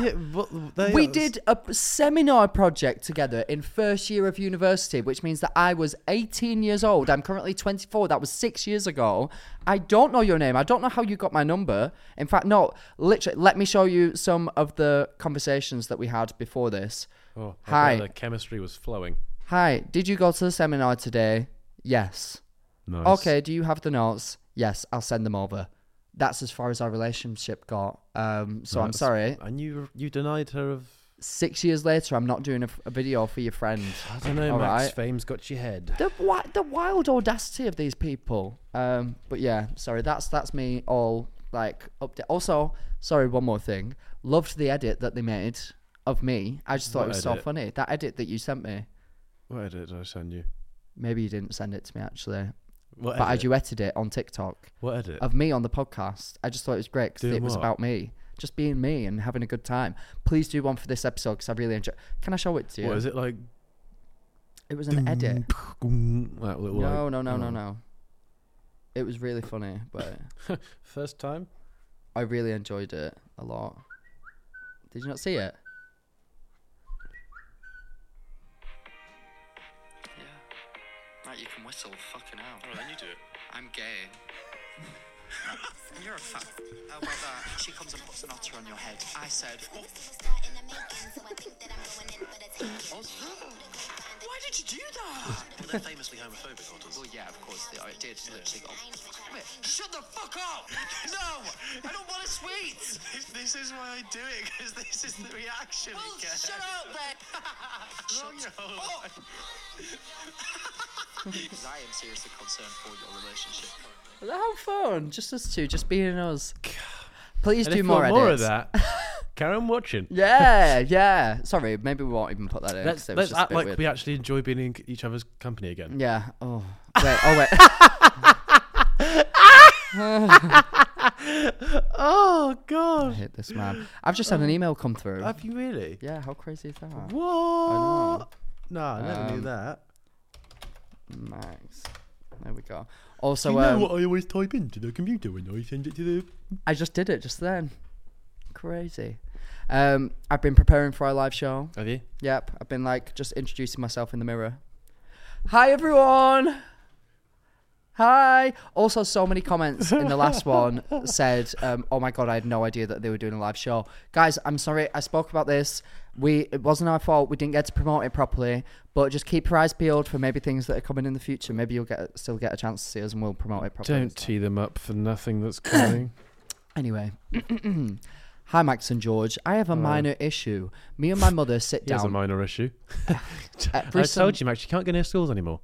S2: Yeah. What, they
S1: We
S2: are-
S1: did a p- seminar project together in first year of university, which means that I was 18 years old. I'm currently 24. That was six years ago. I don't know your name. I don't know how you got my number. In fact, no, literally, let me show you some of the conversations that we had before this.
S2: Oh, I bet
S1: Hi.
S2: The chemistry was flowing.
S1: Hi, did you go to the seminar today? Yes.
S2: Nice.
S1: Okay, do you have the notes? Yes, I'll send them over. That's as far as our relationship got. Um, so I'm
S2: That's-
S1: sorry.
S2: And you you denied her of.
S1: Six years later, I'm not doing a, f- a video for your friend.
S2: I don't know.
S1: All
S2: Max
S1: right.
S2: fame's got your head.
S1: The, wi- the wild audacity of these people. Um, but yeah, sorry, that's that's me all like update. Also, sorry, one more thing. Loved the edit that they made of me. I just thought
S2: What
S1: it was so
S2: edit?
S1: funny. That edit that you sent me.
S2: Where did I send you?
S1: Maybe you didn't send it to me actually,
S2: What
S1: but I
S2: edit?
S1: duetted it on TikTok.
S2: What edit?
S1: of me on the podcast. I just thought it was great because
S2: Doing
S1: it was
S2: what?
S1: about me, just being me and having a good time. Please do one for this episode because I really enjoy. Can I show it to you?
S2: What is it like?
S1: It was an edit.
S2: That little like-
S1: No, no, no, no, no. It was really funny, but
S2: First time.
S1: I really enjoyed it. a lot. Did you not see it?
S5: Yeah. Right, you can whistle fucking out. Alright, then you do it. I'm gay. You're a fuck. How about that? She comes and puts an otter on your head. I said, Otter? Why did you do that? well, they're famously homophobic, otters. Well, yeah, of course they are. It did literally go. Come here. Shut the fuck up! No! I don't want a sweet! this is why I do it, because this is the reaction well, you get. shut up then! shut up! Because I am seriously concerned for your relationship currently.
S1: Is that how fun? Just us two, just being us. Please
S2: And
S1: do
S2: if you
S1: more
S2: want
S1: edits.
S2: more of that. Karen watching.
S1: Yeah, yeah. Sorry, maybe we won't even put that in.
S2: Let's,
S1: 'cause it was
S2: let's
S1: just a
S2: act
S1: bit
S2: like
S1: weird.
S2: we actually enjoy being in each other's company again.
S1: Yeah. Oh. Wait. Oh wait.
S2: Oh
S1: I
S2: god,
S1: hate this man. I've just had an email come through.
S2: have you really?
S1: Yeah. Um, How crazy is that?
S2: Um, What? No, I never knew that.
S1: Max. There we go. Also,
S2: you know
S1: um,
S2: what I always type into the computer when I send it to the.
S1: I just did it just then. Crazy. Um, I've been preparing for our live show.
S2: Have you?
S1: Yep. I've been like just introducing myself in the mirror. Hi everyone. Hi. Also, so many comments in the last one said, um, "Oh my god, I had no idea that they were doing a live show." Guys, I'm sorry. I spoke about this. We it wasn't our fault. We didn't get to promote it properly. But just keep your eyes peeled for maybe things that are coming in the future. Maybe you'll get still get a chance to see us, and we'll promote it properly.
S2: Don't tee them up for nothing that's coming.
S1: Anyway. Hi, Max and George. I have a minor issue. Me and my mother sit
S2: Here's a
S1: down.
S2: minor issue.
S1: every
S2: I
S1: Sun-
S2: told you, Max, you can't go near schools anymore.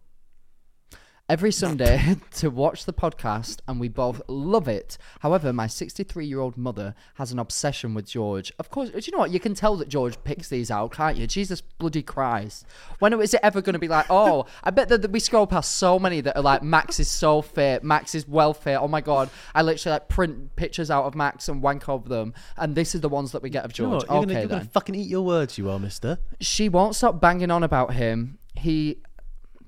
S1: every Sunday to watch the podcast, and we both love it. However, my 63 year old mother has an obsession with George. Of course, do you know what? You can tell that George picks these out, can't you? Jesus bloody Christ. When is it ever going to be like, oh, I bet that that we scroll past so many that are like, Max is so fit, Max is well fit. Oh my God. I literally like print pictures out of Max and wank over them. And this is the ones that we get of
S2: You know
S1: George.
S2: what? You're,
S1: okay,
S2: gonna, you're
S1: then.
S2: gonna fucking eat your words, you are, mister.
S1: she won't stop banging on about him. He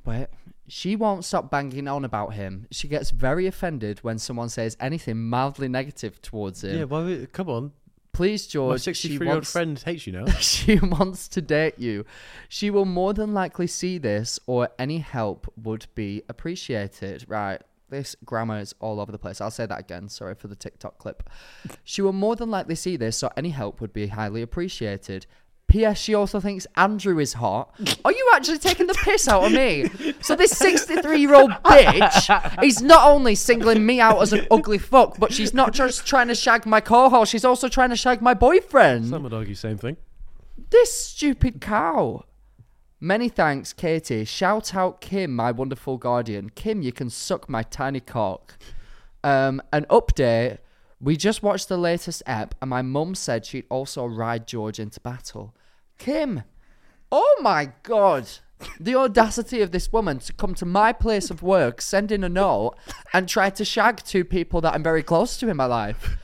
S1: wait. She won't stop banging on about him. She gets very offended when someone says anything mildly negative towards him.
S2: Yeah, why? would- Come on.
S1: Please,
S2: My
S1: George. she
S2: 63 year old
S1: wants,
S2: friend hates you now.
S1: She wants to date you. She will more than likely see this, or any help would be appreciated. Right. This grammar is all over the place. I'll say that again. Sorry for the TikTok clip. She will more than likely see this, or any help would be highly appreciated. P.S. She also thinks Andrew is hot. Are you actually taking the piss out of me? So this 63-year-old bitch is not only singling me out as an ugly fuck, but she's not just trying to shag my cohort. She's also trying to shag my boyfriend
S2: Some would argue same thing.
S1: this stupid cow. Many thanks, Katie. Shout out Kim, my wonderful guardian. Kim, you can suck my tiny cock. Um, an update. We just watched the latest ep, and my mum said she'd also ride George into battle. Kim, oh my god, the audacity of this woman to come to my place of work, send in a note, and try to shag two people that I'm very close to in my life.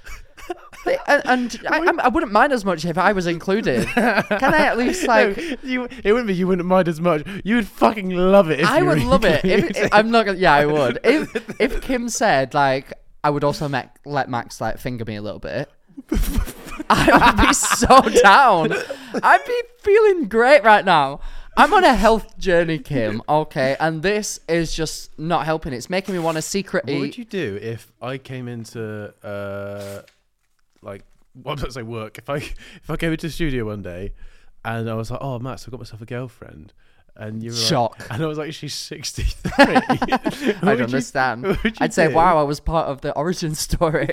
S1: They- and uh, and I, I'm- I wouldn't mind as much if I was included. Can I at least like?
S2: You, it wouldn't be you wouldn't mind as much. You would fucking love it. If
S1: I
S2: you
S1: would
S2: were
S1: love it. If,
S2: included.
S1: if- I'm not gonna. Yeah, I would. If if Kim said like, I would also mac let Max like finger me a little bit. I would be so down. I'd be feeling great right now. I'm on a health journey, Kim. Okay, and this is just not helping. It's making me want to secret
S2: What would
S1: eat.
S2: you do if I came into uh, like what does I work? If I if I came into the studio one day and I was like, oh Max, I got myself a girlfriend, and you were like-
S1: Shock.
S2: and I was like, she's sixty three.
S1: I'd understand.
S2: would you
S1: I'd say,
S2: do?
S1: wow, I was part of the origin story.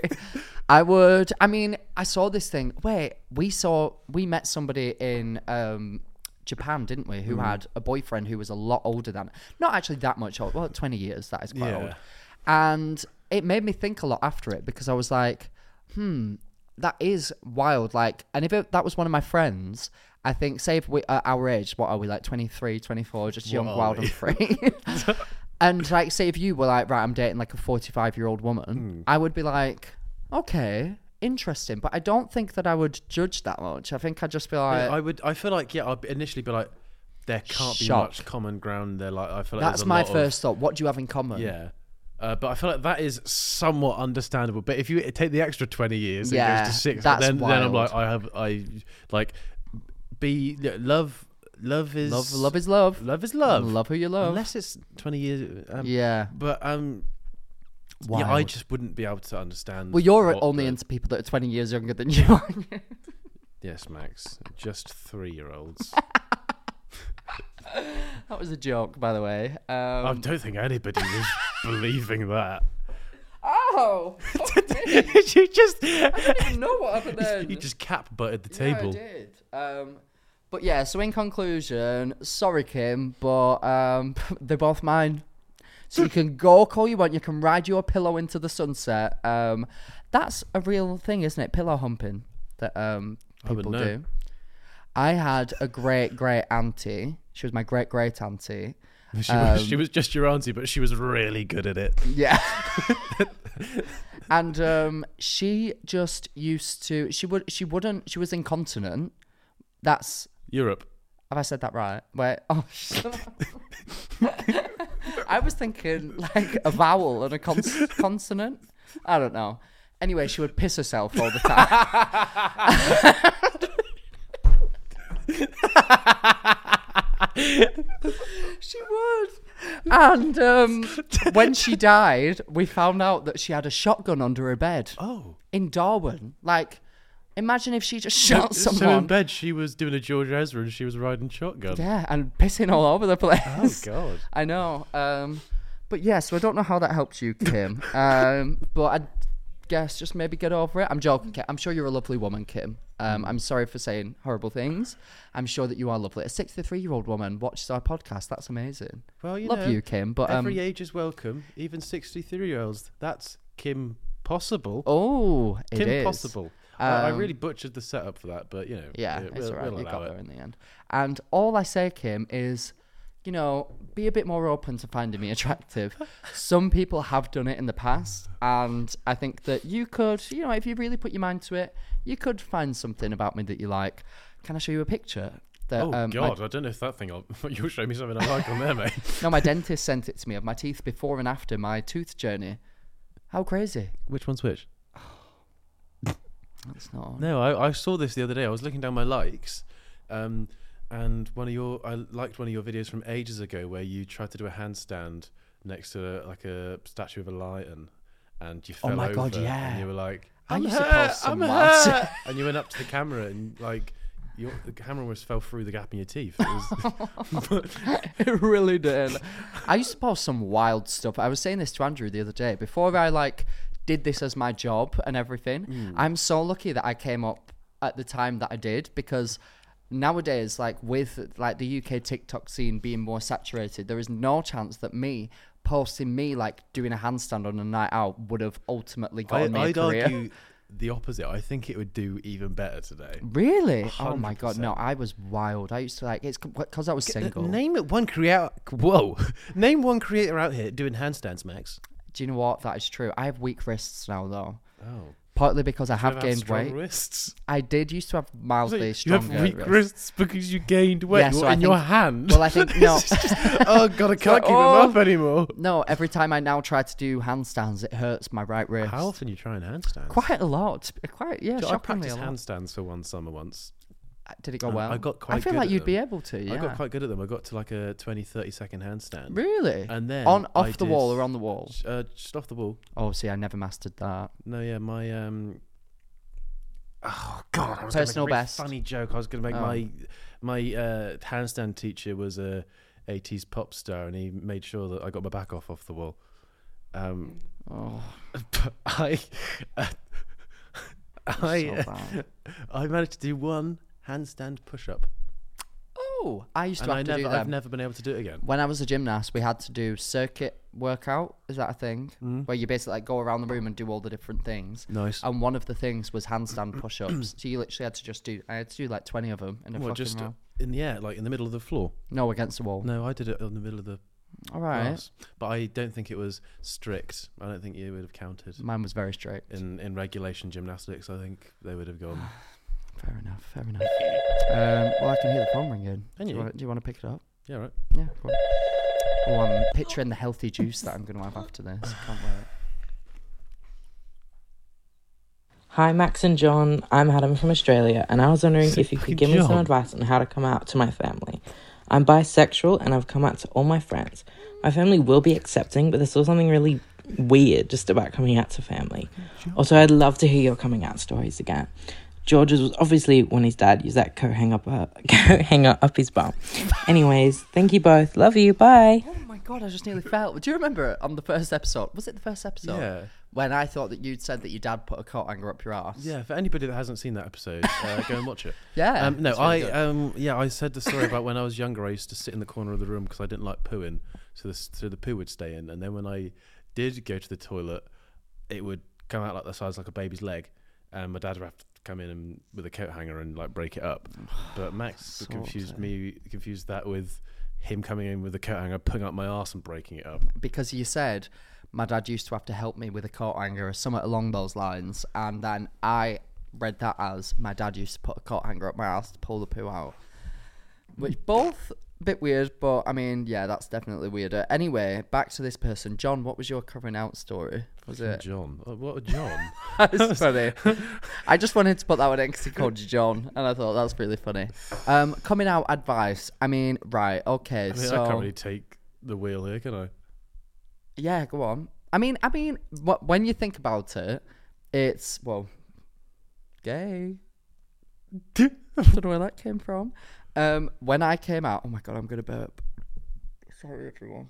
S1: I would. I mean, I saw this thing. Wait, we saw we met somebody in um, Japan, didn't we?
S2: Mm.
S1: Who had a boyfriend who was a lot older than, not actually that much old. Well, twenty years. That is quite
S2: Yeah.
S1: old. And it made me think a lot after it because I was like, hmm, that is wild. Like, and if it, that was one of my friends. I think, say, if we at our age, what are we like 23, 24, just young,
S2: are
S1: wild,
S2: we?
S1: and free? And like, say if you were like, right, I'm dating like a 45 year old
S2: Hmm.
S1: woman, I would be like, okay, interesting. But I don't think that I would judge that much. I think I'd just be like,
S2: I would. I feel like yeah. I'd initially be like, there can't be
S1: Shock.
S2: much common ground there. Like I feel like there's
S1: that's
S2: a
S1: my
S2: lot of-
S1: first thought. What do you have in common?
S2: yeah. Uh, but I feel like that is somewhat understandable. But if you take the extra twenty years, it
S1: Yeah,
S2: goes to six.
S1: that's
S2: then, then I'm
S1: wild.
S2: like, I have, I like, be love, love is
S1: Love, love is love.
S2: love is love.
S1: Love who you love.
S2: Unless it's twenty years. Um,
S1: yeah.
S2: But um, yeah, I
S1: Wild.
S2: just wouldn't be able to understand.
S1: Well, you're
S2: what
S1: only
S2: the-
S1: into people that are 20 years younger than you. aren't you?
S2: yes, Max, just three-year-olds.
S1: that was a joke, by the way.
S2: I
S1: Um,
S2: don't think anybody was believing that.
S1: oh,
S2: you just,
S1: no, what happened
S2: you just cap butted the table.
S1: I did. Um, but yeah, so in conclusion, sorry, Kim, but um, they're both mine. So you can go call you want, you can ride your pillow into the sunset. Um, that's a real thing, isn't it? Pillow humping that um,
S2: would
S1: people
S2: know.
S1: do. I had a great, great auntie. She was my great, great auntie.
S2: She, was,
S1: Um,
S2: she was just your auntie, but she was really good at it.
S1: Yeah. and um, she just used to. She would. She wouldn't. She was incontinent. That's
S2: Europe.
S1: Have I said that right? Wait. Oh, shut up. I was thinking like a vowel and a cons- consonant. I don't know. Anyway, she would piss herself all the time. she would. And um, when she died, we found out that she had a shotgun under her bed.
S2: Oh.
S1: In Darwin. Like, imagine if she just shot
S2: So
S1: someone.
S2: in bed, she was doing a George Ezra and she was riding shotgun.
S1: Yeah, and pissing all over the place. Oh
S2: God.
S1: I know. Um, but yeah, so I don't know how that helps you, Kim. um, but I guess just maybe get over it. I'm joking, Kim. I'm sure you're a lovely woman, Kim. Um, I'm sorry for saying horrible things. I'm sure that you are lovely. A 63 year old woman watches our podcast. That's amazing.
S2: Well, you
S1: love
S2: know,
S1: you, Kim. But um,
S2: every age is welcome, even 63 year olds. That's Kim Possible.
S1: oh, it is Um,
S2: Kim Possible. I, I really butchered the setup for that, but you know,
S1: Yeah,
S2: we-
S1: it's
S2: we'll,
S1: all right.
S2: we'll
S1: you
S2: allow
S1: got
S2: it.
S1: there in the end. And all I say, Kim, is, you know, be a bit more open to finding me attractive. Some people have done it in the past, and I think that you could, you know, if you really put your mind to it, you could find something about me that you like. Can I show you a picture? That,
S2: Oh
S1: um, my-
S2: God, I don't know if that thing. I'll, you'll show me something I like on there, mate.
S1: no, my dentist sent it to me of my teeth before and after my tooth journey. How crazy!
S2: Which one's which?
S1: That's not. on.
S2: No, I, I saw this the other day. I was looking down my likes, um, and one of your I liked one of your videos from ages ago where you tried to do a handstand next to like a statue of a lion, and you fell
S1: Oh my
S2: over.
S1: God,
S2: And
S1: yeah.
S2: you were like,
S1: I
S2: "I'm
S1: used to
S2: hurt,
S1: post
S2: I'm
S1: some laughs."
S2: hurt," and you went up to the camera and like. Your, the camera almost fell through the gap in your teeth. It was,
S1: it really did. I used to post some wild stuff. I was saying this to Andrew the other day. Before I like did this as my job and everything,
S2: Hmm.
S1: I'm so lucky that I came up at the time that I did because nowadays, like with like the UK TikTok scene being more saturated, there is no chance that me posting me like doing a handstand on a night out would have ultimately
S2: I,
S1: gotten me a
S2: I'd
S1: career.
S2: argue the opposite. I think it would do even better today.
S1: Really? Oh my god! No, I was wild. I used to like it's because I was
S2: uh,
S1: single.
S2: Name it one creator. Whoa, name one creator out here doing handstands, Max.
S1: Do you know what? That is true. I have weak wrists now, though. Oh. Partly because I have gained weight.
S2: wrists.
S1: I did used to have mildly
S2: you
S1: stronger
S2: have weak wrists.
S1: wrists.
S2: because you gained weight
S1: Yeah, so
S2: in
S1: I
S2: your
S1: think-
S2: hand.
S1: Well, I think no,
S2: oh god, I can't keep them up anymore.
S1: no. Every time I now try to do handstands, it hurts my right wrist.
S2: How often you try and handstands?
S1: Quite a lot. Quite yeah.
S2: I
S1: shockingly
S2: practiced
S1: a lot.
S2: handstands for one summer once.
S1: Did it go well?
S2: I got quite.
S1: I feel
S2: good
S1: like
S2: at
S1: you'd be
S2: them.
S1: able to. Yeah.
S2: I got quite good at them. I got to like a 20, 30 second handstand.
S1: Really?
S2: And then
S1: on
S2: I
S1: off the wall
S2: did-
S1: or on the wall?
S2: Uh, just off the wall.
S1: Oh, see, I never mastered that.
S2: No, yeah, my um. Oh God! I was gonna make a
S1: Personal
S2: really
S1: best. Oh.
S2: Funny joke. I was going to make my my uh, handstand teacher was a '80s pop star, and he made sure that I got my back off off the wall. Um,
S1: Oh.
S2: but I uh, I
S1: bad.
S2: I managed to do one handstand push up,
S1: Oh, I used to
S2: and I
S1: have to
S2: never
S1: do
S2: I've
S1: them.
S2: never been able to do it again.
S1: when I was a gymnast, we had to do circuit workout. Is that a thing? Where you basically like go around the room and do all the different things.
S2: Mm. Nice.
S1: And one of the things was handstand push-ups. so you literally had to just do. I had to do like twenty of them in a
S2: Well,
S1: fucking
S2: just
S1: row.
S2: in the air, like in the middle of the floor.
S1: No, against the wall.
S2: No, I did it in the middle of the
S1: All right.
S2: class, but I don't think it was strict. I don't think you would have counted.
S1: Mine was very strict.
S2: in in regulation gymnastics, I think they would have gone.
S1: Fair enough. Fair enough. Um, well, I can hear the phone ringing.
S2: Can
S1: Do
S2: you?
S1: you, want, do you want to pick it up?
S2: Yeah, right.
S1: Yeah. Go on. Oh, I'm picturing the healthy juice that I'm going to have after this. I can't wait.
S6: Hi, Max and John. I'm Adam from Australia, and I was wondering if you could give me some advice on how to come out to my family. I'm bisexual, and I've come out to all my friends. My family will be accepting, but there's still something really weird just about coming out to family. Also, I'd love to hear your coming out stories again. George's was obviously when his dad used that coat hang up, uh, coat hanger up his bum. Anyways, thank you both. Love you. Bye.
S1: Oh my god, I just nearly fell. Do you remember on the first episode? Was it the first episode?
S2: Yeah.
S1: When I thought that you'd said that your dad put a coat hanger up your ass.
S2: Yeah, for anybody that hasn't seen that episode, uh, go and watch it.
S1: Yeah,
S2: Um, no,
S1: it's really
S2: I
S1: good.
S2: um, yeah, I said the story about when I was younger. I used to sit in the corner of the room because I didn't like pooing, so the so the poo would stay in. And then when I did go to the toilet, it would come out like the size like a baby's leg, and my dad would have to come in and, with a coat hanger and like break it up. But Max confused me, confused that with him coming in with a coat hanger, pulling up my arse and breaking it up.
S1: Because you said my dad used to have to help me with a coat hanger or something along those lines, and then I read that as my dad used to put a coat hanger up my ass to pull the poo out. Which both a bit weird, but I mean, yeah, that's definitely weirder. Anyway, back to this person, John. What was your coming out story? Was it?
S2: John, Oh, what a John!
S1: That's funny. I just wanted to put that one in because he called you John, and I thought that's really funny. Um, coming out advice. I mean, right? Okay,
S2: I mean,
S1: so
S2: I can't really take the wheel here, can I?
S1: yeah, go on. I mean, I mean, wh- when you think about it, it's well, gay. I don't know where that came from. Um, when I came out, oh my god, I'm gonna burp. Sorry, everyone.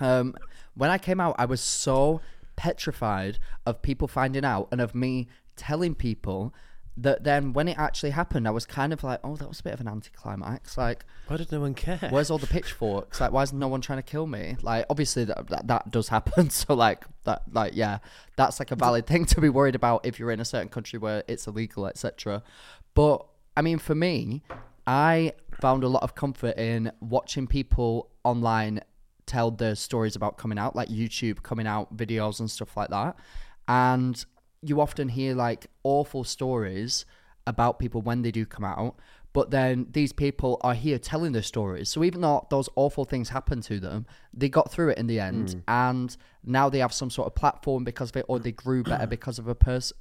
S1: um, when I came out, I was so petrified of people finding out and of me telling people that then when it actually happened, I was kind of like, oh, that was a bit of an anticlimax. Like,
S2: Why did no one care?
S1: Where's all the pitchforks? Like, why is no one trying to kill me? Like, obviously that, that that does happen. So like that, like yeah, that's like a valid thing to be worried about if you're in a certain country where it's illegal, etc. But I mean, for me, I found a lot of comfort in watching people online tell their stories about coming out, like YouTube coming out videos and stuff like that. And you often hear like awful stories about people when they do come out. But then these people are here telling their stories. So even though those awful things happened to them, they got through it in the end. And now they have some sort of platform because of it, or they grew better because of a person.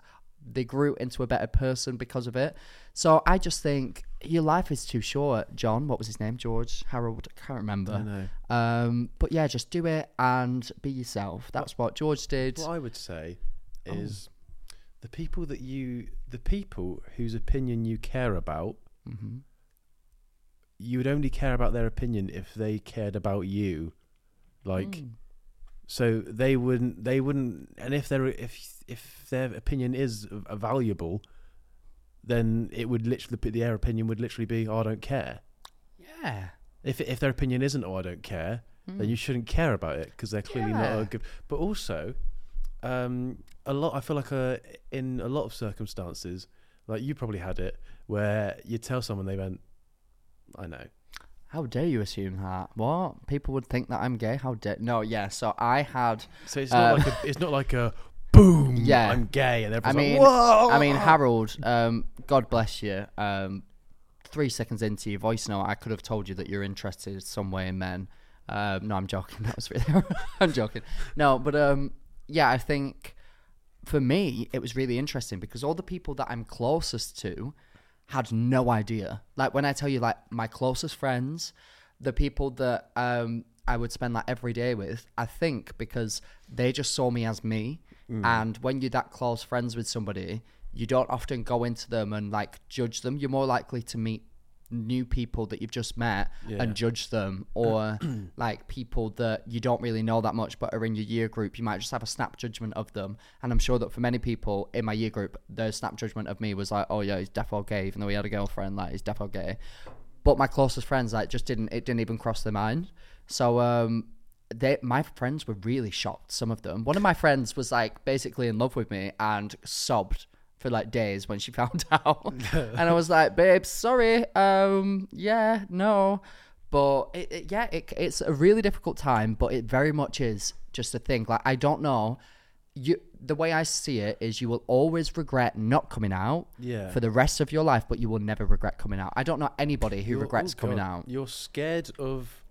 S1: They grew into a better person because of it. So I just think your life is too short, John. What was his name? George Harold? I can't remember. Um, but yeah, just do it and be yourself. That's what George did.
S2: What I would say is the people that you, the people whose opinion you care about, you would only care about their opinion if they cared about you. Like, so they wouldn't, they wouldn't, and if their if if their opinion is v- valuable, then it would literally be- their opinion would literally be, oh, I don't care.
S1: yeah.
S2: If if their opinion isn't, oh, I don't care, then you shouldn't care about it because they're clearly not a good. But also, um, a lot. I feel like uh in a lot of circumstances, like you probably had it, where you tell someone they went, I know.
S1: How dare you assume that? What? People would think that I'm gay? How dare? No, yeah. So I had.
S2: So it's not like a, it's not like a boom.
S1: Uh, Yeah.
S2: I'm gay, and
S1: I
S2: everyone's
S1: mean,
S2: like, whoa.
S1: I mean, Harold. Um, God bless you. Um, three seconds into your voice note, I could have told you that you're interested some way in men. Um, no, I'm joking. That was really. I'm joking. No, but um, yeah, I think for me it was really interesting because all the people that I'm closest to had no idea. Like when I tell you, like my closest friends, the people that um I would spend like every day with, I think because they just saw me as me. And when you're that close friends with somebody, you don't often go into them and like judge them. You're more likely to meet new people that you've just met and judge them or like people that you don't really know that much but are in your year group you might just have a snap judgment of them and i'm sure that for many people in my year group their snap judgment of me was like oh yeah he's defo gay even though he had a girlfriend like he's defo gay but my closest friends like just didn't it didn't even cross their mind so um they my friends were really shocked some of them one of my friends was like basically in love with me and sobbed for like days when she found out and i was like babe sorry um yeah no but it, it- yeah it, it's a really difficult time but it very much is just a thing like i don't know you the way i see it is you will always regret not coming out
S2: Yeah.
S1: for the rest of your life but you will never regret coming out i don't know anybody who
S2: Oh, You're-
S1: regrets
S2: oh
S1: coming
S2: God,
S1: out
S2: You're scared of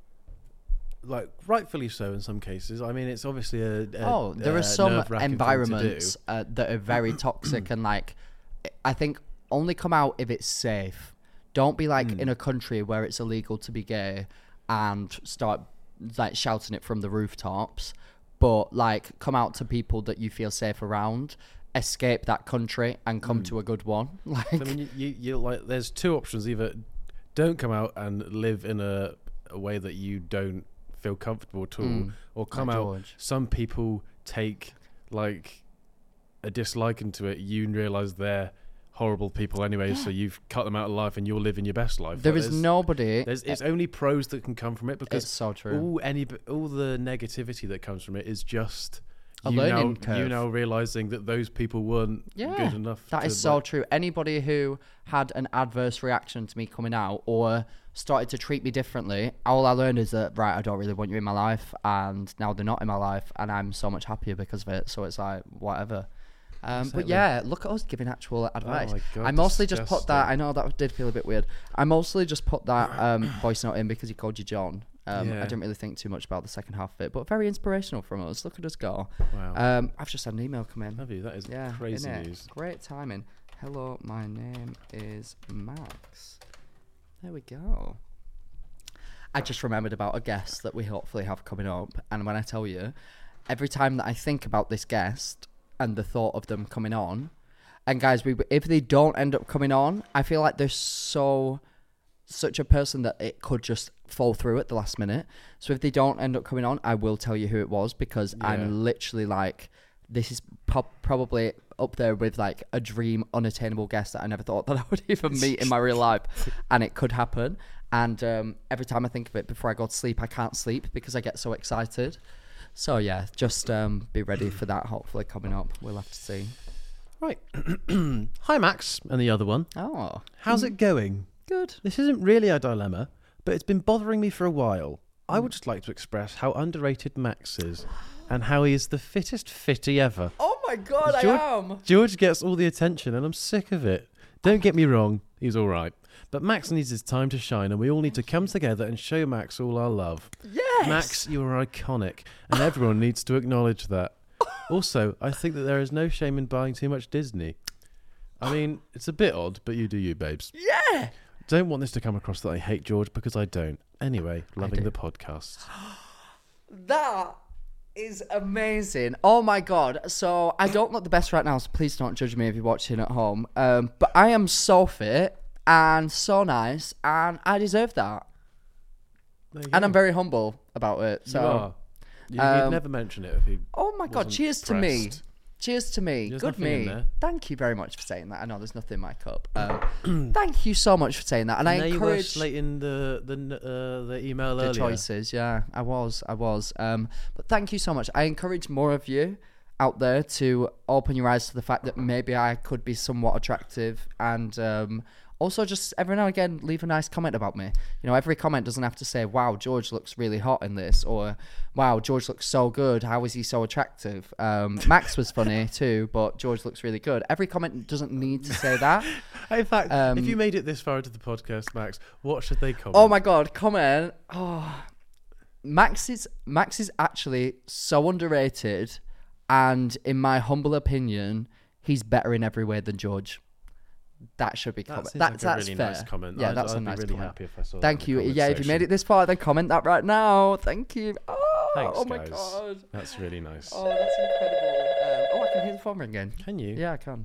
S2: like rightfully so in some cases. I mean, it's obviously a, a
S1: oh, there
S2: a
S1: are some
S2: uh, nerve-wracking thing to
S1: environments
S2: do.
S1: uh, that are very toxic and like I think only come out if it's safe. Don't be
S2: Hmm.
S1: like in a country where it's illegal to be gay and start like shouting it from the rooftops, but like come out to people that you feel safe around. Escape that country and come to a good one. Like
S2: Hmm. I mean, you, you, you like there's two options: either don't come out and live in a, a way that you don't feel comfortable at all, or come out.
S1: Mm. George.
S2: Some people take like a dislike into it. You realize they're horrible people anyway, so you've cut them out of life, and you're living your best life.
S1: there
S2: Like,
S1: is
S2: there's-
S1: nobody.
S2: There's, it's only pros that can come from it because
S1: It's so true.
S2: All any all the negativity that comes from it is just
S1: A
S2: you
S1: learning
S2: now,
S1: curve.
S2: You now realizing that those people weren't good enough.
S1: That
S2: to,
S1: is so
S2: like-
S1: true. Anybody who had an adverse reaction to me coming out or started to treat me differently, all I learned is that right, I don't really want you in my life, and now they're not in my life, and I'm so much happier because of it. So it's like whatever. Um, But yeah, look at us giving actual advice.
S2: Oh my God,
S1: I mostly just put that.
S2: disgusting.
S1: I know that did feel a bit weird. I mostly just put that um, voice note in because he called you John. Um, I
S2: Yeah.
S1: didn't really think too much about the second half of it, but very inspirational from us. Look at us go.
S2: Wow.
S1: Um, I've just had an email come in.
S2: Have you? That is
S1: Yeah,
S2: crazy
S1: innit?
S2: news.
S1: Great timing. Hello, my name is Max. There we go. I just remembered about a guest that we hopefully have coming up, and when I tell you, every time that I think about this guest and the thought of them coming on, and guys, we if they don't end up coming on, I feel like they're so such a person that it could just fall through at the last minute. So if they don't end up coming on, I will tell you who it was because I'm literally like, this is po- probably up there with like a dream unattainable guest that I never thought that I would even meet in my real life, and it could happen. And um, every time I think of it before I go to sleep, I can't sleep because I get so excited. So yeah, just um, be ready for that. Hopefully coming up, we'll have to see.
S2: Right. Hi, Max, and the other one.
S1: Oh,
S2: How's it going?
S1: good.
S2: This isn't really a dilemma, but it's been bothering me for a while. I would just like to express how underrated Max is and how he is the fittest fitty ever.
S1: Oh my god, I
S2: George,
S1: am.
S2: George gets all the attention, and I'm sick of it. Don't get me wrong, he's all right. But Max needs his time to shine, and we all need to come together and show Max all our love.
S1: Yes.
S2: Max, you are iconic, and everyone needs to acknowledge that. Also, I think that there is no shame in buying too much Disney. I mean, it's a bit odd, but you do you, babes.
S1: Yeah.
S2: Don't want this to come across that I hate George because I don't. Anyway, loving the podcast.
S1: That is amazing. Oh my god. So I don't look the best right now, so please don't judge me if you're watching at home. Um, but I am so fit and so nice and I deserve that. And I'm very humble about it. So
S2: You are. Ah, You, would never mention it if he.
S1: Um, Oh my god,
S2: wasn't
S1: cheers to me.
S2: pressed.
S1: Cheers to me.
S2: There's
S1: Good
S2: nothing in
S1: me.
S2: there.
S1: Thank you very much for saying that. I know there's nothing in my cup. Um, thank you so much for saying that. And I
S2: there you were
S1: encourage
S2: slating the the n- uh, the email
S1: the
S2: earlier.
S1: choices. Yeah, I was, I was. Um, but thank you so much. I encourage more of you out there to open your eyes to the fact that maybe I could be somewhat attractive, and um, also just every now and again leave a nice comment about me. You know, every comment doesn't have to say, "Wow, George looks really hot in this," or "Wow, George looks so good. How is he so attractive?" Um, Max was funny too, but George looks really good. Every comment doesn't need to say that.
S2: In fact, if you made it this far into the podcast, Max, what should they comment?
S1: Um, Oh my god, comment. Oh Max is Max is actually so underrated and in my humble opinion, he's better in every way than George. That should be
S2: That
S1: comment.
S2: seems
S1: That,
S2: like a
S1: that's
S2: really
S1: fair.
S2: nice comment.
S1: Yeah,
S2: I'd-
S1: that's a
S2: I'd be
S1: nice
S2: really
S1: comment.
S2: happy if I saw that
S1: Thank
S2: in
S1: you.
S2: the
S1: yeah, if you
S2: comment
S1: made
S2: section.
S1: it this far, then comment that right now. Thank you. Oh,
S2: Thanks,
S1: oh my
S2: guys.
S1: god.
S2: That's really nice.
S1: Oh, that's incredible. Um, oh, I can hear the phone ringing.
S2: Can you?
S1: Yeah, I can.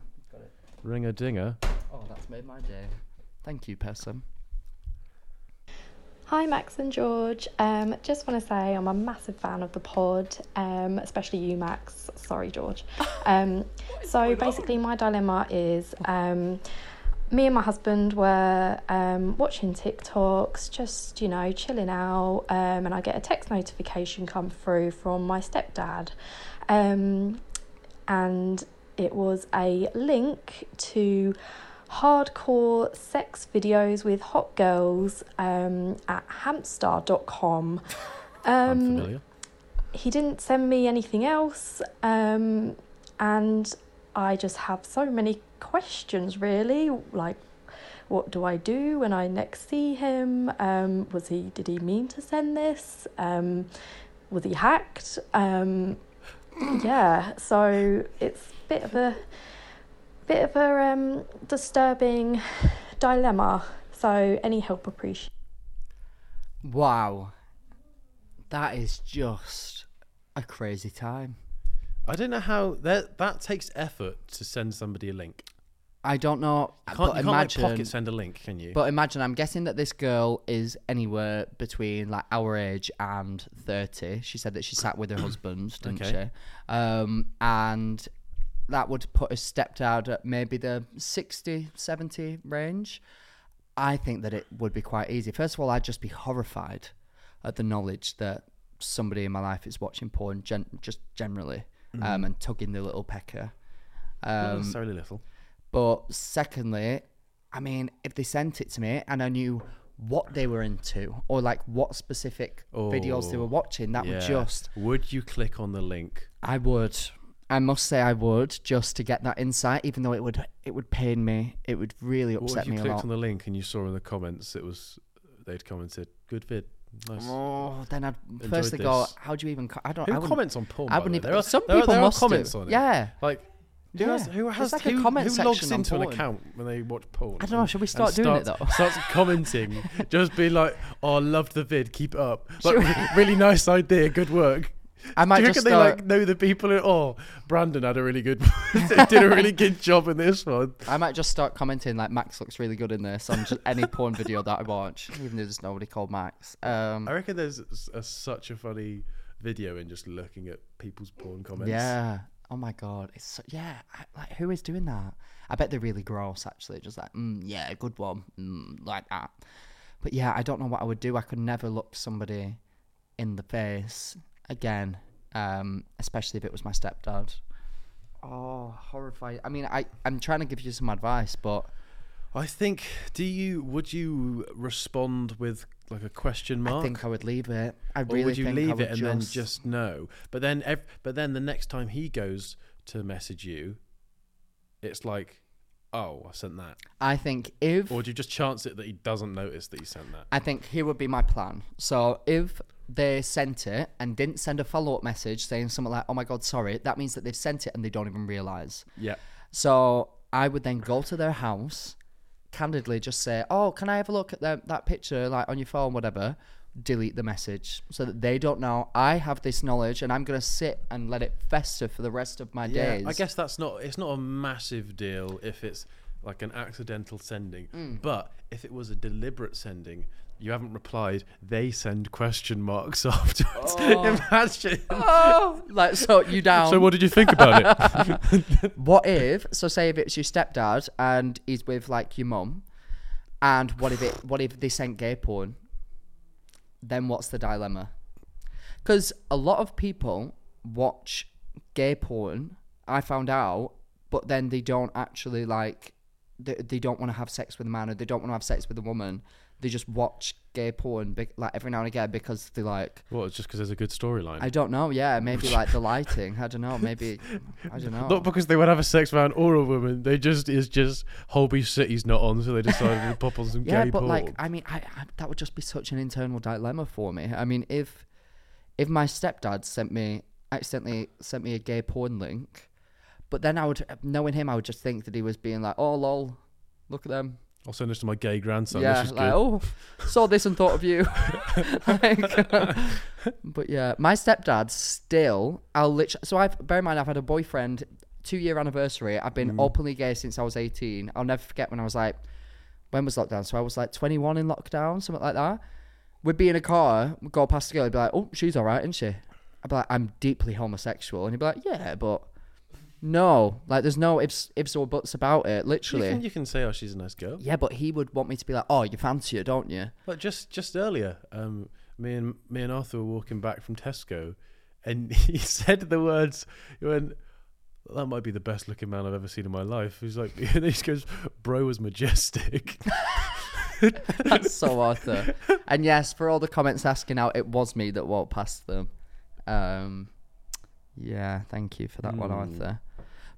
S2: Ring a dinger.
S1: Oh, that's made my day. Thank you, person.
S7: Hi, Max and George. Um, just want to say I'm a massive fan of the pod, um, especially you, Max. Sorry, George. Um, so basically, my dilemma is um, me and my husband were um, watching TikToks, just you know, chilling out, um, and I get a text notification come through from my stepdad. Um, and it was a link to hardcore sex videos with hot girls um, at hamstar.com.
S2: I'm
S7: Um,
S2: familiar.
S7: he didn't send me anything else, um, and I just have so many questions really. Like, What do I do when I next see him? Um, was he? Did he mean to send this? Um, was he hacked? Um, yeah. So it's a bit of a bit of a um, disturbing dilemma. So any help appreciated.
S1: Wow. That is just a crazy time.
S2: I don't know how that that takes effort to send somebody a link.
S1: I don't know. Uh,
S2: You
S1: but
S2: can't, you can't like,
S1: imagine,
S2: pocket send a link, can you?
S1: But imagine, I'm guessing that this girl is anywhere between like our age and 30. She said that she sat with her husband, didn't
S2: Okay.
S1: she? Um, and that would put her stepdad at maybe the 60, 70 range. I think that it would be quite easy. First of all, I'd just be horrified at the knowledge that somebody in my life is watching porn gen- just generally um, and tugging the little pecker.
S2: Not
S1: Um,
S2: necessarily little.
S1: but secondly, I mean, if they sent it to me and I knew what they were into or like what specific videos they
S2: Oh,
S1: were watching, that
S2: Yeah.
S1: would just,
S2: Would you click on the link?
S1: I would. I must say I would just to get that insight, even though it would it would pain me. It would really
S2: What
S1: upset
S2: if you
S1: me a
S2: clicked
S1: lot.
S2: on the link and you saw in the comments it was they'd commented good vid, nice.
S1: oh, then I'd
S2: Enjoyed
S1: firstly go,
S2: this.
S1: how do you even? Co- I don't.
S2: Who
S1: I wouldn't-
S2: comments on porn?
S1: I
S2: by the
S1: wouldn't
S2: way?
S1: even.
S2: There are,
S1: some
S2: there are-
S1: people
S2: there are
S1: must do.
S2: comments on it.
S1: Yeah.
S2: Like who has
S1: Yeah.
S2: who
S1: There's
S2: has
S1: like a
S2: who,
S1: comment
S2: who logs
S1: section on
S2: into an
S1: porn.
S2: account when they watch porn?
S1: I don't know, should we
S2: and
S1: start doing it,
S2: starts-
S1: though?
S2: Starts commenting, just be like, "Oh, loved the vid, keep it up." Like, really nice idea, good work.
S1: I might
S2: Do you
S1: just
S2: reckon they
S1: start-
S2: like know the people? Who, oh, Brandon had a really good, did a really good job in this one.
S1: I might just start commenting like Max looks really good in this on just any porn video that I watch, even though there's nobody called Max. Um,
S2: I reckon there's s- a, such a funny video in just looking at people's porn comments.
S1: Yeah. Oh my god. It's so, yeah. I, like who is doing that? I bet they're really gross. Actually, just like mm, yeah, good one, mm, like that. But yeah, I don't know what I would do. I could never look somebody in the face again, um, especially if it was my stepdad. Oh, horrifying. I mean, I I'm trying to give you some advice, but
S2: I think. Do you? Would you respond with like a question mark?
S1: I think I would leave it. I
S2: or
S1: really
S2: would you
S1: think I
S2: leave
S1: would
S2: it and
S1: just...
S2: then just no? But then, ev- but then the next time he goes to message you, it's like, oh, I sent that.
S1: I think if
S2: Or do you just chance it that he doesn't notice that you sent that?
S1: I think here would be my plan. So if they sent it and didn't send a follow up message saying something like, "Oh my god, sorry," that means that they've sent it and they don't even realize.
S2: Yeah.
S1: So I would then go to their house, candidly just say, "Oh, can I have a look at that that picture like on your phone, whatever?" Delete the message so that they don't know I have this knowledge and I'm gonna sit and let it fester for the rest of my days.
S2: I guess that's not. It's not a massive deal if it's like an accidental sending.
S1: Mm.
S2: But if it was a deliberate sending, you haven't replied. They send question marks afterwards. Imagine.
S1: Oh, like so you down.
S2: So what did you think about it?
S1: What if so say if it's your stepdad and he's with like your mum and what if it what if they sent gay porn? Then what's the dilemma? Cuz a lot of people watch gay porn, I found out, but then they don't actually like they, they don't want to have sex with a man or they don't want to have sex with a woman. They just watch gay porn bec- like every now and again because they like
S2: well, it's just because there's a good storyline.
S1: I don't know, yeah, maybe like the lighting, I don't know, maybe I don't know.
S2: Not because they would have a sex man or a woman. They just it's just Holby City's not on, so they decided to pop on some
S1: Yeah,
S2: gay
S1: but
S2: porn.
S1: like, I mean, I, I that would just be such an internal dilemma for me. I mean, if if my stepdad sent me accidentally sent me a gay porn link, but then I would knowing him, I would just think that he was being like, "Oh, lol, look at them."
S2: I'll send this to my gay grandson.
S1: yeah,
S2: this is
S1: like
S2: good.
S1: oh, saw this and thought of you. Like, but yeah, my stepdad still. I'll literally. So I've bear in mind I've had a boyfriend two year anniversary. I've
S2: Mm-hmm.
S1: been openly gay since I was eighteen. I'll never forget when I was like, when was lockdown? So I was like twenty one in lockdown, something like that. We'd be in a car, we'd go past a girl, he'd be like, oh, she's all right, isn't she? I'd be like, I'm deeply homosexual, and he'd be like, yeah, but. No, like there's no ifs, ifs or buts about it.
S2: You
S1: Literally,
S2: can, you can say, oh, she's a nice girl.
S1: yeah, but he would want me to be like, "Oh, you fancy her, don't you?"
S2: But just just earlier, um, me and me and Arthur were walking back from Tesco, and he said the words. He went, "That might be the best looking man I've ever seen in my life." He's like, and he goes, "Bro was majestic."
S1: That's so Arthur. And yes, for all the comments asking out, it was me that walked past them. Um, yeah, thank you for that one, Arthur.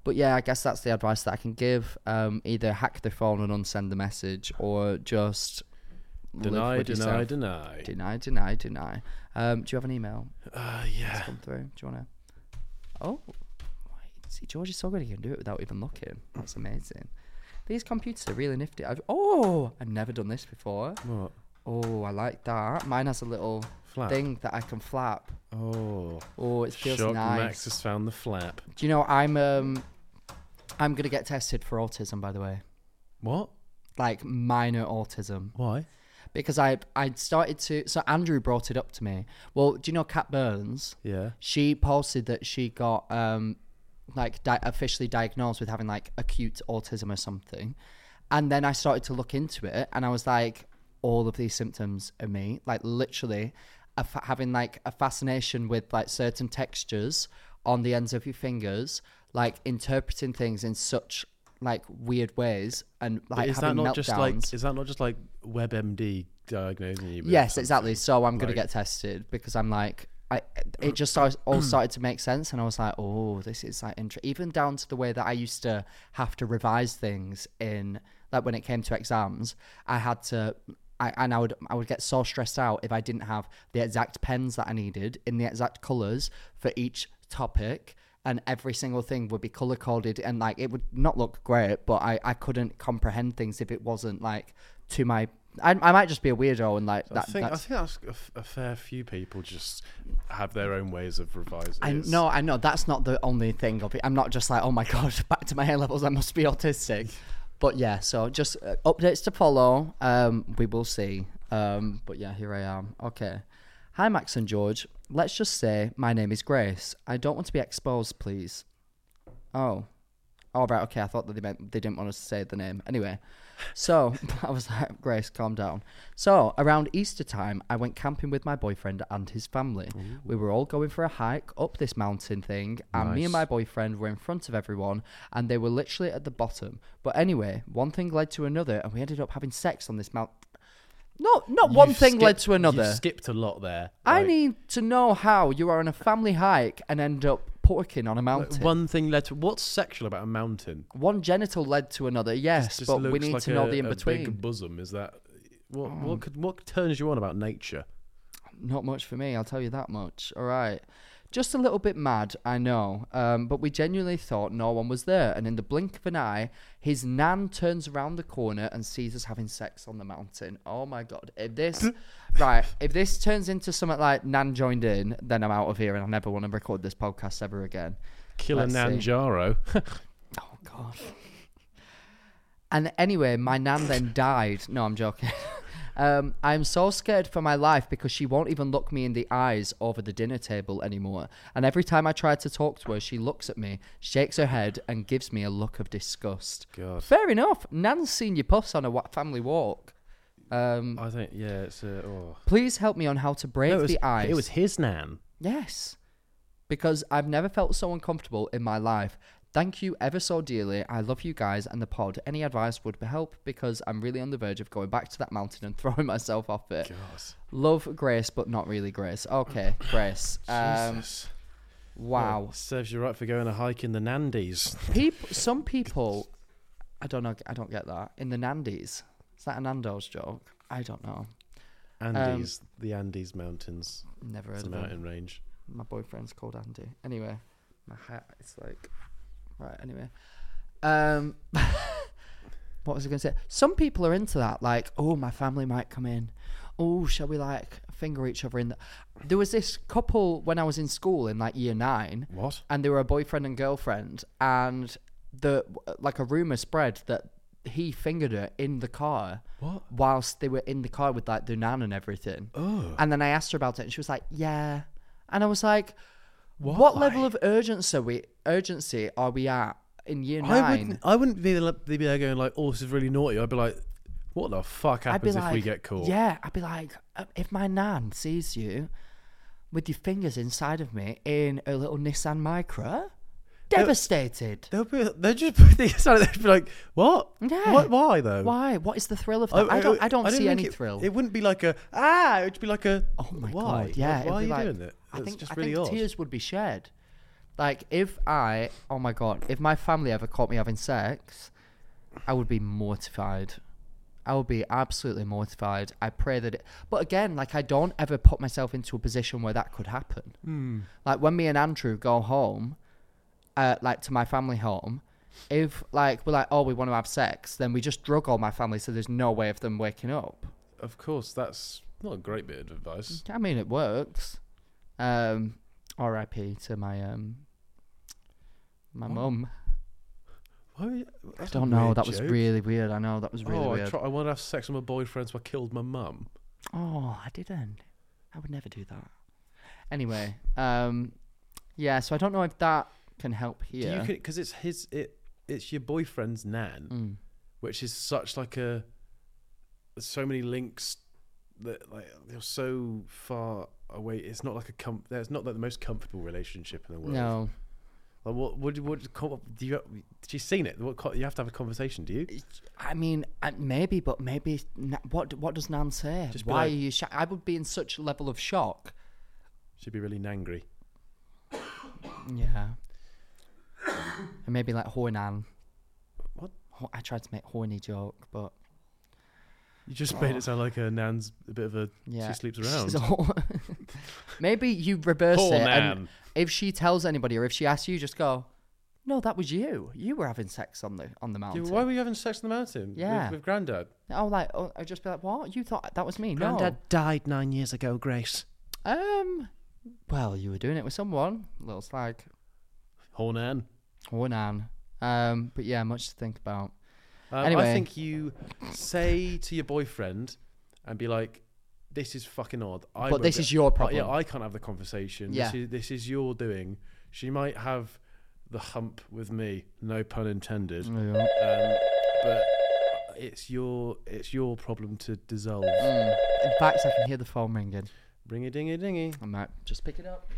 S1: But yeah, I guess that's the advice that I can give. Um, either hack the phone and unsend the message, or just live
S2: Deny,
S1: with
S2: deny,
S1: yourself.
S2: deny.
S1: deny, deny, deny. Um, do you have an email
S2: Uh, yeah.
S1: come through? Do you want to? Oh, wait. see, George is so good he can do it without even looking. That's amazing. These computers are really nifty. I've, oh, I've never done this before.
S2: What?
S1: Oh, I like that. Mine has a little
S2: Flap.
S1: thing that I can flap.
S2: Oh.
S1: Oh, it feels
S2: Shock
S1: nice.
S2: Max has found the flap.
S1: Do you know I'm um I'm gonna get tested for autism by the way.
S2: What?
S1: Like minor autism.
S2: Why?
S1: Because I I started to so Andrew brought it up to me. Well, do you know Kat Burns?
S2: Yeah.
S1: She posted that she got um like di- officially diagnosed with having like acute autism or something. And then I started to look into it and I was like all of these symptoms are me, like literally a fa- having like a fascination with like certain textures on the ends of your fingers, like interpreting things in such like weird ways and like
S2: is that
S1: having
S2: not
S1: meltdowns.
S2: just like? Is that not just like WebMD diagnosing you? With
S1: Yes,
S2: something?
S1: exactly. So I'm gonna
S2: Like-
S1: get tested because I'm like, I it just started, all started to make sense, and I was like, oh, this is like inter-. even down to the way that I used to have to revise things in like when it came to exams, I had to. I, and I would I would get so stressed out if I didn't have the exact pens that I needed in the exact colors for each topic, and every single thing would be color coded, and like it would not look great, but I, I couldn't comprehend things if it wasn't like to my I, I might just be a weirdo and like that.
S2: I think I
S1: that's,
S2: think that's a f- a, fair few people just have their own ways of revising.
S1: I
S2: It's-
S1: no, I know that's not the only thing of it. I'm not just like, oh my god, back to my A levels. I must be autistic. But yeah, so just uh, updates to follow. Um, we will see. Um, but yeah, here I am. Okay. Hi, Max and George. Let's just say my name is Grace. I don't want to be exposed, please. Oh. Oh, right. Okay. I thought that they meant they didn't want us to say the name. Anyway, so I was like, Grace, calm down. So around Easter time, I went camping with my boyfriend and his family. We were all going for a hike up this mountain thing, and me and my boyfriend were in front of everyone, and they were literally at the bottom. But anyway, one thing led to another, and we ended up having sex on this mount. No, not
S2: You've
S1: one thing led
S2: skipped-
S1: to another.
S2: You've skipped a lot there.
S1: I
S2: Like,
S1: need to know how you are on a family hike and end up porking on a
S2: like,
S1: mountain.
S2: one thing led to what's sexual about a mountain?
S1: one genital led to another, yes,
S2: Just
S1: but we
S2: looks
S1: need
S2: like
S1: to know
S2: a-
S1: the Mm. in
S2: a
S1: between.
S2: Big bosom is that what? What could what turns you on about nature?
S1: Not much for me, I'll tell you that much. All right. Just a little bit mad, I know, um, but we genuinely thought no one was there. And in the blink of an eye, his nan turns around the corner and sees us having sex on the mountain. Oh my god! If this, right, if this turns into something like nan joined in, then I'm out of here and I never want to record this podcast ever again.
S2: Killer
S1: Let's see.
S2: Nanjaro.
S1: Oh god. And anyway, my nan then died. No, I'm joking. Um, I'm so scared for my life because she won't even look me in the eyes over the dinner table anymore. And every time I try to talk to her, she looks at me, shakes her head, and gives me a look of disgust.
S2: God.
S1: Fair enough. Nan's seen your puffs on a wa- family walk. Um,
S2: I think yeah, it's a. Oh.
S1: please help me on how to break
S2: No, it, was,
S1: the ice.
S2: it was his nan.
S1: Yes. Because I've never felt so uncomfortable in my life. Thank you ever so dearly. I love you guys and the pod. Any advice would help because I'm really on the verge of going back to that mountain and throwing myself off it. Love Grace, but not really Grace. Okay, Grace. Um,
S2: Jesus.
S1: wow.
S2: Serves you right for going a hike in the Nandies.
S1: People, some people, I don't know. I don't get that. In the Nandies, is that a Nando's joke? I don't know.
S2: Andes, the Andes Mountains.
S1: Never heard
S2: It's a
S1: of it.
S2: mountain range.
S1: my boyfriend's called Andy. Anyway, my hat is like right. Anyway, um, what was I going to say? Some people are into that, like, oh, my family might come in. Oh, shall we like finger each other in the? There was this couple when I was in school in like year nine.
S2: What?
S1: And they were a boyfriend and girlfriend, and the like a rumor spread that he fingered her in the car.
S2: What?
S1: Whilst they were in the car with like their nan and everything. Oh. And then I asked her about it, and she was like, "Yeah," and I was like, "What, level of urgency are we urgency are we at in year
S2: I
S1: nine?
S2: wouldn't. I wouldn't be the- be there going like, "Oh, this is really naughty." I'd be like, "What the fuck
S1: I'd be
S2: happens if
S1: like,
S2: we get caught?"
S1: Yeah, I'd be like, "Uh, if my nan sees you with your fingers inside of me in a little Nissan
S2: Uh,
S1: Micra, devastated.
S2: They'll be. They'll just put the aside. They'd be like, "What?
S1: Yeah.
S2: What? Why though?
S1: Why? What is the thrill of that? I, don't. I don't
S2: didn't
S1: see
S2: think
S1: any
S2: it,
S1: thrill.
S2: It wouldn't be like a ah. It would be like a
S1: Oh my
S2: why?
S1: god! Yeah,
S2: Why
S1: it'd
S2: are
S1: be
S2: you
S1: like-
S2: doing it?
S1: I
S2: That's
S1: think
S2: just
S1: I
S2: really
S1: think
S2: odd.
S1: tears would be shed. Like if I, oh my god, if my family ever caught me having sex, I would be mortified. I would be absolutely mortified. I pray that it, but again, like I don't ever put myself into a position where that could happen.
S2: Hmm.
S1: Like when me and Andrew go home, uh, like to my family home, if like we're like, oh, we want to have sex, then we just drug all my family, so there's no way of them waking up.
S2: Of course, that's not a great bit of advice.
S1: I mean, it works. Um, R.I.P. to my um, my mum.
S2: Why were you- that's a
S1: Don't know.
S2: weird
S1: That was
S2: joke.
S1: really weird. I know that was really
S2: oh, I,
S1: weird.
S2: try, I want to have sex with my boyfriend, so I killed my mum.
S1: Oh, I didn't. I would never do that. Anyway, um, yeah. So I don't know if that can help here.
S2: Because it's his, it, it's your boyfriend's nan,
S1: Mm.
S2: which is such like a. There's so many links that like they're so far away. It's not like a com. It's not like the most comfortable relationship in the world.
S1: no,
S2: Like what? What? What? co- Do you? She's seen it. What? co- You have to have a conversation. Do you?
S1: I mean I- maybe, but maybe na- what? What does Nan say?
S2: Just be
S1: Why
S2: like-
S1: are you? Sh- I would be in such a level of shock.
S2: She'd be really nangry.
S1: Yeah. and maybe like horny Nan.
S2: What?
S1: Ho- I tried to make horny joke, but
S2: You just made it sound like her nan's a bit of a.
S1: Oh. yeah,
S2: She sleeps
S1: She's
S2: around.
S1: a whore. maybe you reverse
S2: Poor
S1: it. and
S2: Nan.
S1: if she tells anybody or if she asks you, just go. No, that was you. You were having sex on the on the
S2: Yeah,
S1: mountain.
S2: why were you having sex on the mountain? with-
S1: Yeah.
S2: With, granddad.
S1: Oh, like oh, I'd just be like, what? You thought that was me?
S2: died nine years ago, Grace.
S1: No. Um. Well, you were doing it with someone. Little slag.
S2: Hornan.
S1: Oh, nan. Um. But yeah, much to think about.
S2: Um,
S1: Anyway.
S2: I think you say to your boyfriend and be like, "This is fucking odd." I
S1: But
S2: won't
S1: this
S2: get-
S1: is your problem.
S2: yeah, I can't have the conversation. This
S1: Yeah.
S2: is, this is your doing. She might have the hump with me. No pun intended. Um, but it's your it's your problem to dissolve.
S1: In fact, I can hear the phone ringing.
S2: Ring a dingy dingy.
S1: I might just pick it up.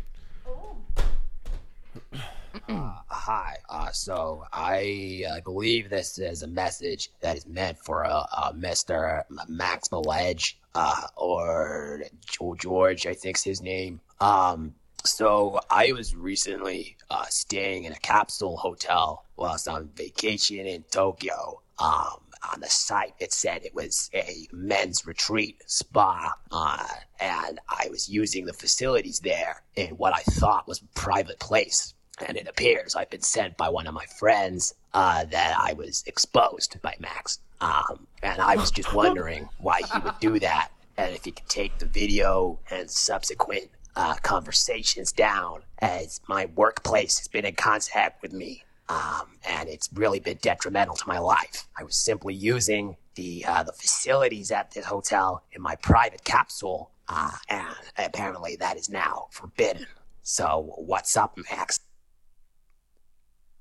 S5: Hi. Uh, so I uh, believe this is a message that is meant for uh, uh, Mr. Maxwell Edge, uh, or Jo- George, I think's his name. Um, so I was recently uh, staying in a capsule hotel whilst on vacation in Tokyo. Um, on the site, it said it was a men's retreat spa, uh, and I was using the facilities there in what I thought was a private place and it appears I've been sent by one of my friends uh, that I was exposed by Max. Um, and I was just wondering why he would do that, and if he could take the video and subsequent uh, conversations down, as my workplace has been in contact with me, um, and it's really been detrimental to my life. I was simply using the uh, the facilities at this hotel in my private capsule, uh, and apparently that is now forbidden. So what's up, Max?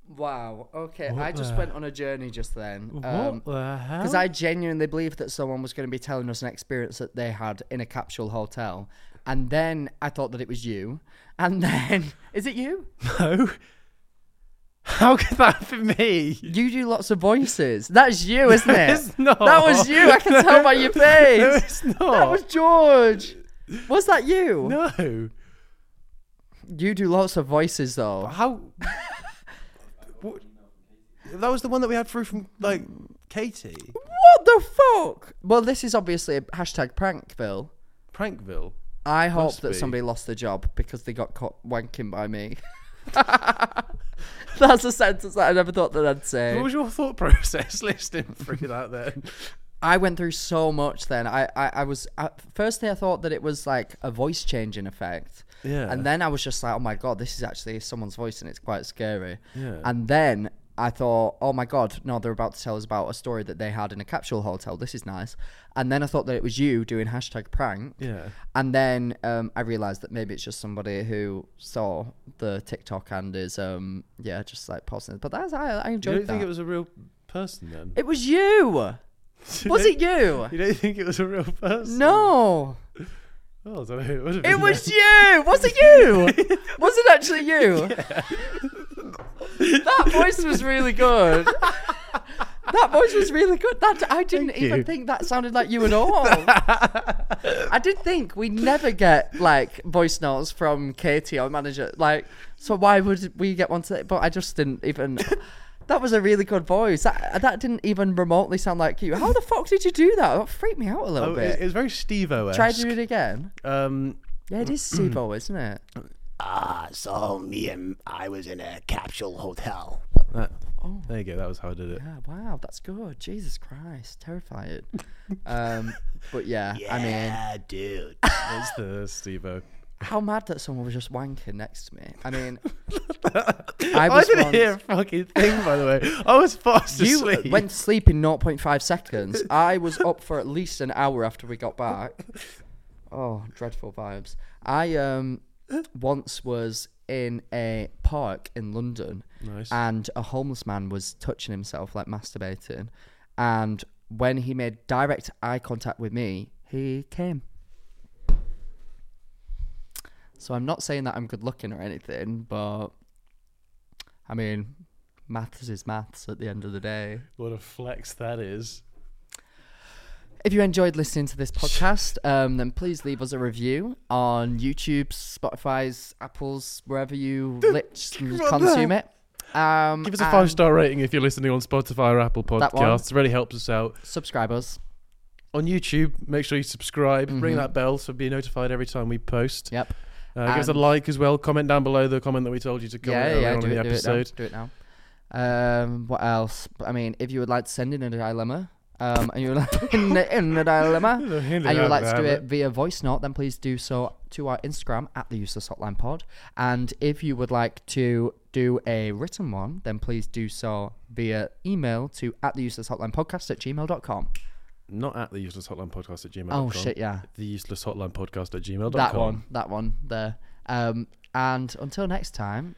S1: Wow. Okay.
S2: What
S1: I just
S2: the-
S1: went on a journey just then. Um,
S2: the hell?
S1: because I genuinely believed that someone was going to be telling us an experience that they had in a capsule hotel, and then I thought that it was you, and then is it you?
S2: know. How could that be me?
S1: You do lots of voices. That's you, isn't it?
S2: it's not.
S1: That was you. I can tell by your face.
S2: No, it's
S1: That
S2: not.
S1: was George. Was that you?
S2: No.
S1: You do lots of voices though.
S2: How? what? That was the one that we had through from like Katie
S1: What the fuck? Well, this is obviously a hashtag prank, Bill.
S2: Prankville.
S1: I hope
S2: Must
S1: that
S2: be.
S1: somebody lost their job because they got caught wanking by me. That's a sentence that I never thought that I'd say.
S2: What was your thought process listening through that then?
S1: I went through so much then. I, I, I was, at firstly, I thought that it was like a voice changing effect.
S2: Yeah.
S1: And then I was just like, oh my God, this is actually someone's voice and it's quite scary.
S2: Yeah.
S1: And then I thought, oh my God, no, they're about to tell us about a story that they had in a capsule hotel. This is nice. And then I thought that it was you doing hashtag prank.
S2: Yeah.
S1: And then um, I realized that maybe it's just somebody who saw the TikTok and is, um, yeah, just like posting. But that's, I, I
S2: Do you
S1: enjoyed
S2: don't
S1: that.
S2: think it was a real person then?
S1: It was you. Was it you?
S2: You don't think it was a real person?
S1: No,
S2: Oh, I don't know. It, would have
S1: it
S2: been
S1: was you. Was it you? was it actually you? that voice was really good. that voice was really good. That I didn't
S2: Thank
S1: even
S2: you.
S1: think that sounded like you at all. I did think we never get like voice notes from Katie, our manager. Like, so why would we get one today? But I just didn't even. That was a really good voice. That that didn't even remotely sound like you. How the fuck did you do that? That freaked me out a little
S2: Oh,
S1: bit.
S2: it, it's very Steve O.
S1: Try to do it again.
S2: Um,
S1: Yeah, it is SIBO, isn't it?
S8: Uh, so me and I was in a capsule hotel.
S2: that, There you go. That was how I did it.
S1: Yeah, wow, that's good. Jesus Christ, terrified. um, but yeah, I mean,
S8: Yeah, dude.
S2: It's the Steve O.
S1: how mad that someone was just wanking next to me. I mean,
S2: I,
S1: I was
S2: didn't
S1: once-
S2: hear a fucking thing, by the way. I was fast
S1: you
S2: asleep.
S1: went to sleep in 0.5 seconds. I was up for at least an hour after we got back. Oh, dreadful vibes. I um once was in a park in London,
S2: Nice.
S1: and a homeless man was touching himself, like masturbating, and when he made direct eye contact with me, he came. So I'm not saying that I'm good looking or anything, but I mean, maths is maths at the end of the day.
S2: What a flex that is.
S1: If you enjoyed listening to this podcast, um, then please leave us a review on YouTube, Spotify's, Apple's, wherever you lit- consume it. Um,
S2: Give us a
S1: and
S2: five star rating if you're listening on Spotify or Apple
S1: That one.
S2: Podcasts. Really helps us out.
S1: Subscribe us.
S2: On YouTube, make sure you subscribe. Ring that bell so be notified every time we post.
S1: Mm-hmm. Yep.
S2: Uh, give us a
S1: And-
S2: like as well. Comment down below the comment that we told you to comment
S1: Yeah,
S2: earlier
S1: yeah.
S2: on
S1: Do
S2: in
S1: it,
S2: the
S1: do it now.
S2: episode.
S1: Do it now. Um, what else? I mean, if you would like to send in a dilemma, um, and you would like in, in a dilemma,
S2: In a
S1: and you would like to do
S2: dilemma.
S1: it via voice note, then please do so to our Instagram at the Useless Hotline Pod. And if you would like to do a written one, then please do so via email to at the Useless Hotline Podcast at gmail.com.
S2: Not at the useless hotline podcast at gmail.
S1: Oh shit, yeah,
S2: The useless hotline podcast at gmail.
S1: that one, that one there. Um, and until next time,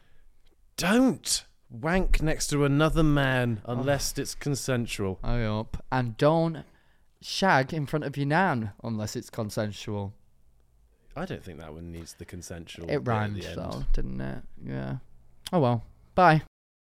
S2: Don't wank next to another man
S1: Oh.
S2: unless it's consensual.
S1: I up and don't shag in front of your nan unless it's consensual.
S2: I don't think that one needs the consensual. bit
S1: It
S2: at the
S1: rhymed
S2: end.
S1: though, didn't it? Yeah. Oh well. Bye.